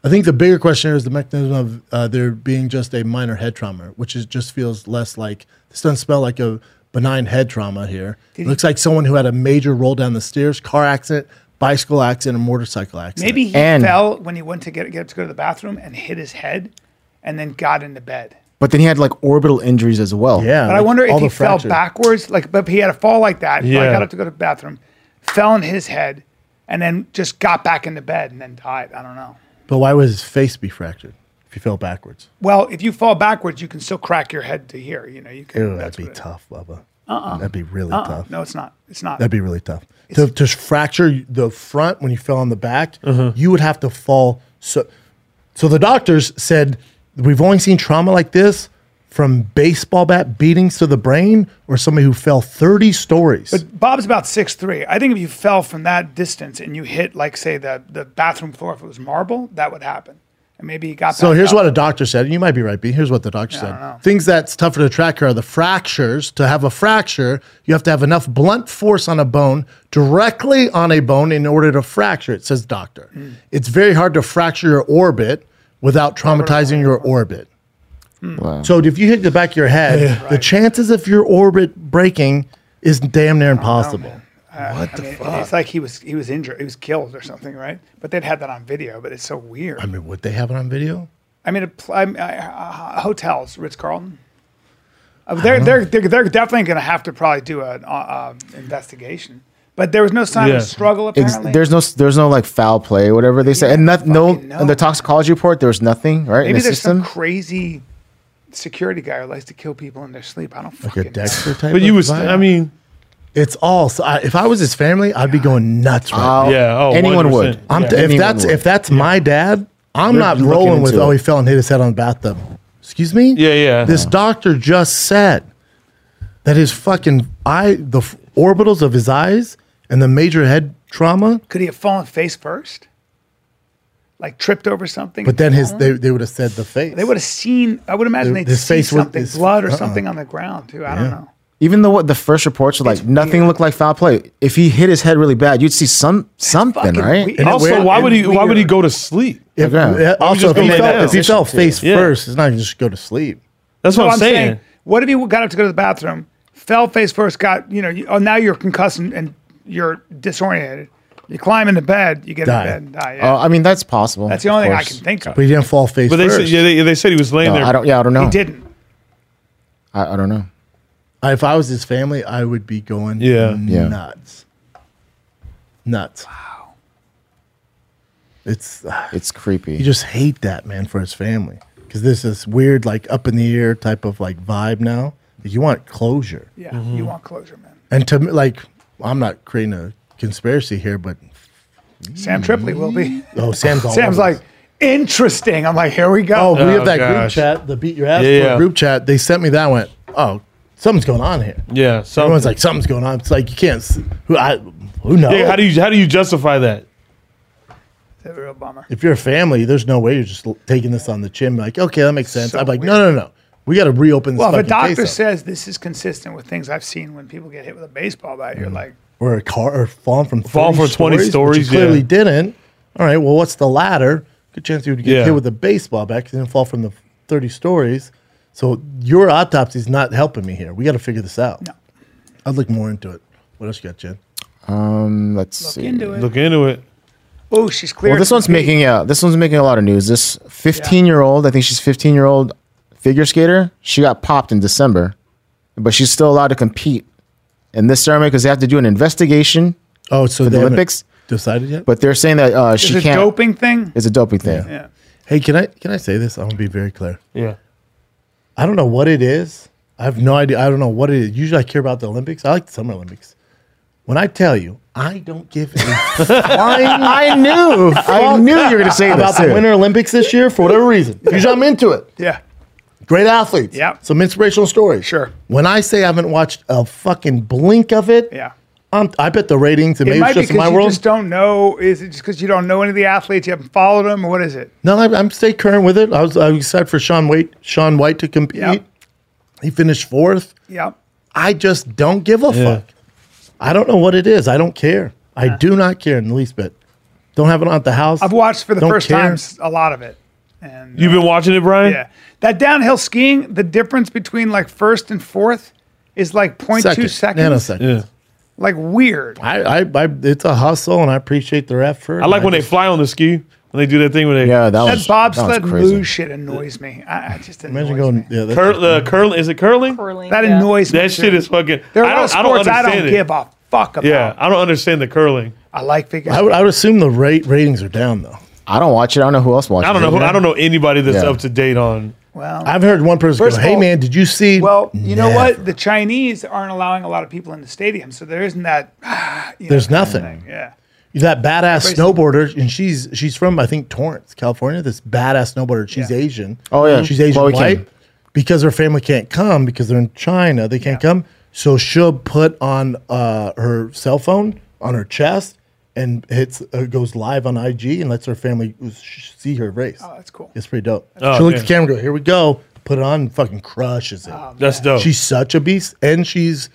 B: I think the bigger question here is the mechanism of uh, there being just a minor head trauma, which is just feels less like, this doesn't smell like a benign head trauma here. It looks like someone who had a major roll down the stairs, car accident, bicycle accident, or motorcycle accident.
A: Maybe he
D: And-
A: fell when he went to get, get up to go to the bathroom and hit his head and then got into bed.
D: But then he had like orbital injuries as well.
B: Yeah.
A: But I
B: like
A: wonder
B: all
A: if
B: the
A: he fell
B: fracture.
A: backwards, like, but he had a fall like that. Yeah.
C: Yeah.
A: got up to go to the bathroom, fell on his head, and then just got back into bed and then died. I don't know.
B: But why would his face be fractured if he fell backwards?
A: Well, if you fall backwards, you can still crack your head to here. You know, you can.
B: Ew,
A: that's
B: that'd be
A: what it-
B: tough, Bubba. Uh-uh. That'd be really
A: Uh-uh.
B: tough.
A: No, it's not. It's not.
B: That'd be really tough. To, to fracture the front when you fell on the back, you would have to fall. So, so the doctors said we've only seen trauma like this from baseball bat beatings to the brain or somebody who fell 30 stories.
A: Bob's about six three. I think if you fell from that distance and you hit, like, say, the the bathroom floor, if it was marble, that would happen. and maybe he got.
B: So
A: back
B: here's
A: up.
B: what a doctor said. and You might be right, B. Here's what the doctor said. Things that's tougher to track are the fractures. To have a fracture, you have to have enough blunt force on a bone, directly on a bone, in order to fracture it, says doctor.
C: Hmm.
B: It's very hard to fracture your orbit without traumatizing your orbit.
C: Hmm.
D: Wow.
B: So if you hit the back of your head, the chances of your orbit breaking is damn near impossible.
A: What the fuck? Uh, It's like he was he was injured, he was killed or something, right? But they'd had that on video, but it's so weird.
B: I mean, would they have it on video?
A: I mean, it pl- I'm, I, uh, hotels, Ritz Carlton. Uh, they're, they're they're they're definitely going to have to probably do an uh, uh, investigation. But there was no sign
C: Yeah.
A: of struggle
D: Ex-
A: apparently.
D: there's no there's no like foul play, whatever they say, and not, no
A: fucking
D: in
A: no.
D: the toxicology report there was nothing right
A: maybe
D: in the
A: there's
D: system.
A: some crazy security guy who likes to kill people in their sleep. I don't
B: Like a
A: fucking. know.
B: Dexter type.
C: But you
B: of
C: was,
B: vibe?
C: I mean,
B: it's all. So I, if I was his family, I'd be going nuts right now.
D: Oh,
C: Yeah, oh,
D: anyone
C: 100%.
D: would.
B: I'm
D: Yeah.
B: t- if
D: Anyone
B: that's
D: would.
B: if that's my dad, I'm
D: They're
B: not
D: looking
B: rolling with
D: into
B: oh
D: it. Uh-huh.
B: he fell and hit his head on the bathtub. Excuse me?
C: Yeah, yeah.
B: This doctor just said that his fucking eye, the f- orbitals of his eyes, and the major head trauma.
A: Could he have fallen face first? Like tripped over something.
B: But then his they, they would have said the face.
A: they would have seen. I would imagine
B: His
A: they'd see
B: face was-
A: something,
B: his-
A: blood or
B: uh-uh.
A: something on the ground too. I don't
B: Yeah.
A: know.
D: Even though what the first reports were like, nothing looked like foul play. If he hit his head really bad, you'd see some something,
A: fucking
D: right?
A: weird. And it
C: also,
A: weird-
C: why would he?
A: and
C: Why would he
A: weird.
C: go to sleep?
B: If,
D: Yeah.
B: yeah, Also,
C: just
B: if he,
C: go lay
B: fell,
C: down.
B: if he fell face
C: Yeah.
B: first, it's not gonna just go to sleep.
C: That's what
A: So
C: I'm, saying.
A: What if he got up to go to the bathroom, fell face first, got you know, you, oh now you're concussed and, and you're disoriented. You climb into bed, you get
B: Die.
A: in bed and die. Yeah.
D: Uh, I mean, that's possible.
A: That's the
D: of
A: only thing I
D: course.
A: can think of.
B: But he didn't fall face
C: But they
B: first.
C: said, yeah, they, they said he was laying
D: No,
C: there.
D: I don't. Yeah, I don't know.
A: He didn't.
D: I, I don't know.
B: I- if I was his family, I would be going
C: Yeah.
D: Yeah.
B: nuts. Nuts. Wow. It's ah,
D: It's creepy.
B: you just hate that man for his family because this is weird like up in the air type of like vibe now. You want closure,
A: Yeah,
D: Mm-hmm.
A: you want closure, man.
B: and to me, like I'm not creating a conspiracy here, but
A: Sam Tripley will be.
D: Mm-hmm.
B: oh Sam's all
A: Sam's
B: over this.
A: like, interesting. I'm like, here we
B: oh,
A: go.
B: we have
C: Oh,
B: that group
C: gosh.
B: chat, the beat your ass
C: Yeah,
B: for
C: yeah.
B: group chat. They sent me that. I went oh something's going on here.
C: Yeah. So
B: Everyone's like something's going on. It's like you can't s- who I who knows.
C: yeah, how do you how do you justify that?
A: It's a real bummer.
B: if you're a family, there's no way you're just l- taking this on the chin. Like, okay, that makes sense.
A: So
B: I'm like,
A: weird.
B: no, no, no. We got to reopen this
A: Well, if a
B: fucking
A: doctor
B: case up.
A: says this is consistent with things I've seen when people get hit with a baseball bat,
D: Mm.
A: you're like,
B: or a car or falling from
C: Fall
B: 30
C: for 20
B: which you
C: stories, yeah.
B: clearly didn't. All right, well, what's the ladder? Good chance you would get
C: Yeah.
B: hit with a baseball bat because you didn't fall from the 30 stories. So your autopsy's not helping me here. We got to figure this out.
A: No.
B: I'd look more into it. What else you got, Jen?
D: Um, let's
A: look
D: see.
A: into it.
C: Look into it.
A: Oh, she's clear.
D: Well, this one's making yeah, this one's making a lot of news. This 15 year old, I think she's 15 year old figure skater. She got popped in December, but she's still allowed to compete in this ceremony because they have to do an investigation.
B: Oh, so
D: the
B: they haven't
D: Olympics?
B: decided yet?
D: But they're saying that uh,
A: Is
D: she
A: it
D: can't.
A: doping thing?
D: It's a doping thing.
A: Yeah.
B: hey, can I can I say this? I'm gonna be very clear.
C: Yeah.
B: I don't know what it is. I have no idea. I don't know what it is. Usually I care about the Olympics. I like the Summer Olympics. When I tell you, I don't give a flying
D: I knew. I knew you were going to say
B: about
D: this.
B: the
D: too.
B: Winter Olympics this year for whatever reason. Usually I'm into it.
A: Yeah.
B: Great athletes.
A: Yeah.
B: Some inspirational stories.
A: Sure.
B: When I say I haven't watched a fucking blink of it,
A: Yeah.
B: I'm, I bet the ratings, and
A: It
B: maybe
A: might
B: it's
A: be
B: just
A: because
B: in my
A: you
B: world.
A: just don't know. Is it just because you don't know any of the athletes? You haven't followed them, or what is it?
B: No, I'm, I'm stay current with it. I was, I was excited for Sean White, Sean White to compete.
A: Yeah.
B: He finished fourth.
A: Yeah.
B: I just don't give a
C: Yeah.
B: fuck. I don't know what it is. I don't care. I do not care in the least bit. Don't have it on at the house.
A: I've watched for the
B: Don't
A: first
B: care.
A: time s- a lot of it. And uh,
C: You've been watching it, Brian?
A: yeah, that downhill skiing, the difference between like first and fourth is like 0.2
B: Second,
A: seconds.
B: nanosecond.
C: Yeah.
A: Like weird.
B: I, I, I, it's a hustle, and I appreciate their effort.
C: I like when they
B: just-
C: fly on the ski when they do that thing when they
D: yeah, that
A: That
D: was
A: bobsled
D: that was crazy.
A: move shit annoys me. I, I just annoys
B: imagine going.
A: me.
B: Yeah, that's
C: cur- the curling. Is it curling?
F: Curling,
A: That
F: yeah.
A: annoys me.
C: That shit
A: too.
C: is fucking.
A: There are
C: I
A: a lot of
C: don't, I don't
A: sports I
C: understand
A: don't,
C: it.
A: give a fuck about.
C: yeah, I don't understand the curling.
A: I like figure.
B: I would, I would assume the rate ratings are down though.
D: I don't watch it. I don't know who else watches.
C: I don't know.
D: it.
C: Who, I don't know anybody that's
D: Yeah.
C: up to date on.
A: well,
B: I've heard one person
A: First
B: go,
A: of
B: "Hey
A: all-
B: man, did you see?"
A: well, you know
B: Never.
A: what? The Chinese aren't allowing a lot of people in the stadium, so there isn't that. you know,
B: There's
A: kind of
B: nothing.
A: thing. Yeah.
B: That badass
A: Crazy.
B: snowboarder, and she's she's from I think Torrance, California. This badass snowboarder, she's
A: Yeah.
B: Asian.
D: Oh, yeah.
B: she's Asian
D: Chloe Kim.
B: white because her family can't come because they're in China. They can't come, so she'll put on uh, her cell phone on her chest and hits uh, goes live on IG and lets her family sh- see her race.
A: Oh, that's cool.
B: It's pretty dope.
C: Oh,
B: she looks at
C: yeah.
B: the camera, and go, here we go, put it on, and fucking crushes it.
A: Oh.
C: That's dope.
B: She's such a beast, and she's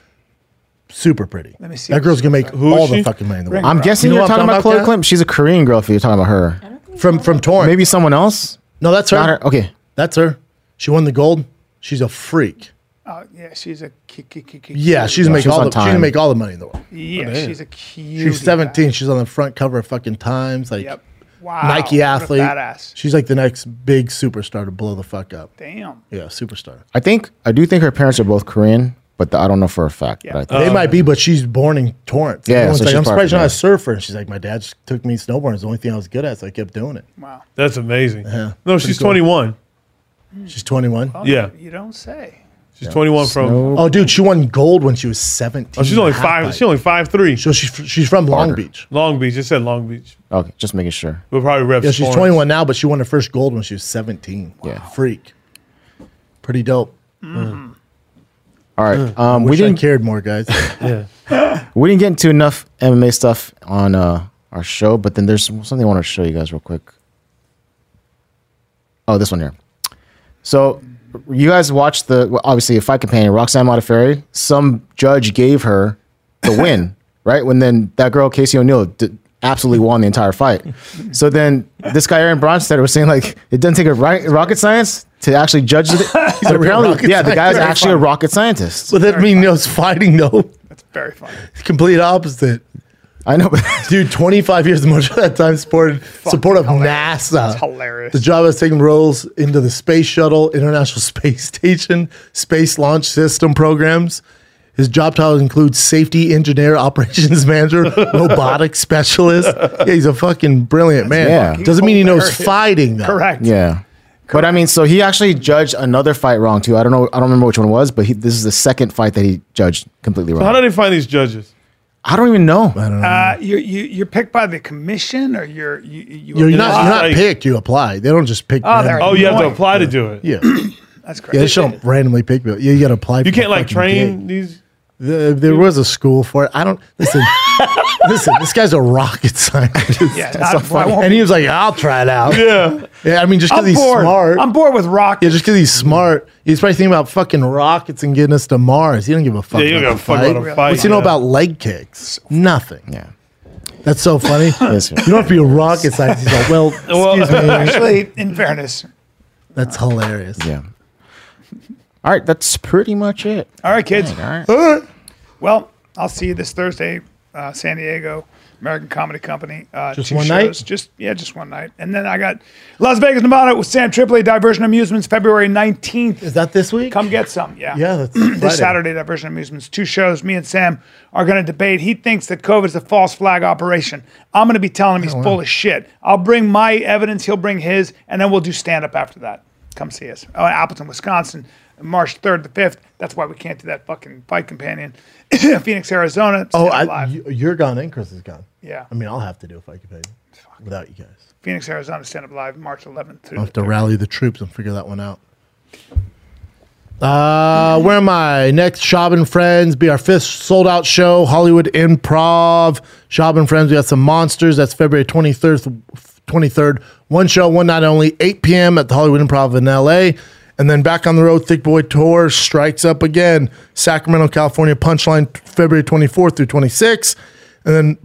B: super pretty. Let
A: me see
B: That
A: what
B: girl's
A: she
B: gonna make
C: is
B: all
C: she?
B: the fucking money in the world.
D: I'm guessing
B: You know
D: you are
B: what I'm
D: talking about
B: talking
D: Chloe
B: about,
D: Clinton. She's a Korean girl. If you're talking about her,
B: from from Torrance.
D: maybe someone else.
B: no, that's
D: Not
B: her.
D: her. Okay.
B: That's her. She won the gold. She's a freak.
A: Oh, yeah, she's a ki- ki- ki- ki-
B: Yeah, she's
D: Yeah,
B: gonna make
D: she was
B: all
D: on
B: the she's gonna
D: Time.
B: make all the money in the world.
A: yeah, she's a cute.
B: She's 17. She's on the front cover of fucking Times. Like
A: Yep. Wow.
B: Nike
A: what a
B: athlete.
A: Badass.
B: She's like the next big superstar to blow the fuck up.
A: Damn.
B: Yeah, superstar.
D: I think I do think her parents are both Korean, but I don't know for a fact. But I think.
B: they might
C: Um,
B: be, but she's born in Torrance.
D: Yeah,
B: Everyone's
D: so
B: like,
D: she's
B: I'm
D: probably
B: surprised you're not
D: there.
B: a surfer. And she's like, my dad just took me snowboarding. It's the only thing I was good at, so I kept doing it.
A: Wow.
C: That's amazing.
B: Yeah.
C: No, she's
B: cool.
C: 21.
B: She's 21. Oh,
C: Yeah,
A: You don't say.
C: she's 21 from.
D: Snow-
B: dude, she won gold when she was 17.
C: Oh, she's only
B: half
C: five.
B: pipe.
C: She's only five three.
B: so she's she's from Long
D: Harder.
B: Beach.
C: Long Beach. It said Long Beach.
D: okay, just making sure.
C: We'll probably rep.
B: Yeah, she's
C: Florence.
B: 21 now, but she won her first gold when she was 17.
D: Yeah.
B: freak. Pretty dope.
D: All right. Um, we
B: Wish I
D: didn't
B: cared more, guys.
C: Yeah.
D: we didn't get into enough MMA stuff on uh, our show, but then there's something I want to show you guys real quick. Oh, this one here. So you guys watched the well, obviously a fight companion Roxanne Modafferi. Some judge gave her the win, right? When then that girl Casey O'Neill did, absolutely won the entire fight. So then this guy Aaron Bronstetter was saying like it doesn't take a ri- rocket science to actually judge it. but
B: real
D: apparently,
B: rocket
D: yeah, the guy's
B: scientist.
D: actually a rocket scientist.
B: so that means no fighting, no.
A: That's very funny.
B: Complete opposite.
D: I know, but
B: Dude, 25 years of martial arts time supported support of NASA.
A: It's hilarious.
B: The job has taken roles into the space shuttle, international space station, space launch system programs. His job titles include safety engineer, operations manager, robotics specialist. Yeah, he's a fucking brilliant man.
D: yeah. fucking
B: Doesn't mean he knows
A: hilarious.
B: fighting though.
A: Correct.
D: Yeah. But I mean, so he actually judged another fight wrong too. I don't know. I don't remember which one it was, but he, this is the second fight that he judged completely
C: How
D: wrong.
C: do they find these judges?
D: I don't even know.
A: Uh, you you you're picked by the commission, or you're you you.
B: You're not you're not
C: Like-
B: picked. You apply. They don't just pick.
A: Oh,
B: random-
A: they're-
C: Oh, you have to
A: Annoying.
C: apply to do it.
B: yeah.
A: That's correct.
B: Yeah, they don't randomly pick people. You got to apply.
C: You can't like train these.
B: There, there was a school for it. I don't listen. listen, this guy's a rocket scientist.
A: Yeah, not- I won't-
B: and he was like, "I'll try it out."
C: Yeah.
B: Yeah, I mean, just because
A: I'm
B: he's
A: bored.
B: smart.
A: I'm bored with rock.
B: yeah, just because he's smart. He's probably thinking about fucking rockets and getting us to Mars. He don't give a fuck.
C: Yeah, you don't
B: about
C: give a
B: the
C: fuck about a fight.
B: What's he know
C: yeah.
B: about leg kicks? Nothing.
D: Yeah.
B: That's so funny.
D: Yes,
B: you don't have to be a rocket scientist. He's like, well, excuse me.
A: Actually, in fairness.
B: That's hilarious.
D: Yeah. All right. That's pretty much it.
A: All right, kids.
D: All right.
A: Well, I'll see you this Thursday, uh, San Diego, American Comedy Company. Uh,
B: Just
A: two
B: one night?
A: shows. Just yeah, just one night. And then I got Las Vegas, Nevada with Sam Tripoli, Diversion Amusements, February nineteenth.
B: Is that this week?
A: Come get some. Yeah.
B: Yeah, that's
A: this Saturday, Diversion Amusements, two shows. Me and Sam are going to debate. He thinks that COVID is a false flag operation. I'm going to be telling him
B: Oh,
A: he's full of shit. I'll bring my evidence, he'll bring his, and then we'll do stand up after that. Come see us. Oh, in Appleton, Wisconsin, March 3rd to 5th. That's why we can't do that fucking fight companion. Phoenix, Arizona.
B: Oh,
A: stand-up
B: I,
A: live.
B: you- you're gone and Chris is gone.
A: yeah.
B: I mean, I'll have to do if I could pay without you guys.
A: Phoenix, Arizona, stand up live, March 11th. through
B: I'll have
A: the
B: to rally the troops and figure that one out. Uh, where am I? Next, Shab and Friends be our fifth sold out show, Hollywood Improv. Shab and Friends, we got some monsters. That's February 23rd. 23rd. One show, one night only, 8 p.m. at the Hollywood Improv in LA. And then back on the road, Thick Boy Tour strikes up again. Sacramento, California, Punchline, February 24th through 26th. And then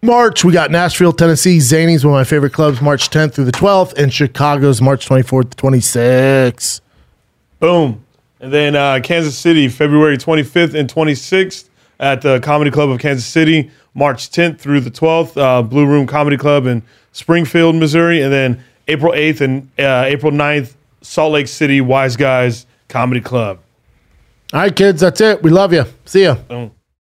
B: March, we got Nashville, Tennessee, Zanies, one of my favorite clubs, March 10th through the 12th, and Chicago's March 24th to 26th.
C: Boom. And then uh, Kansas City, February 25th and 26th at the Comedy Club of Kansas City, March 10th through the 12th, uh, Blue Room Comedy Club in Springfield, Missouri. And then April 8th and uh, April 9th, Salt Lake City, Wise Guys Comedy Club.
B: All right, kids, that's it. We love you. See ya.
C: Boom.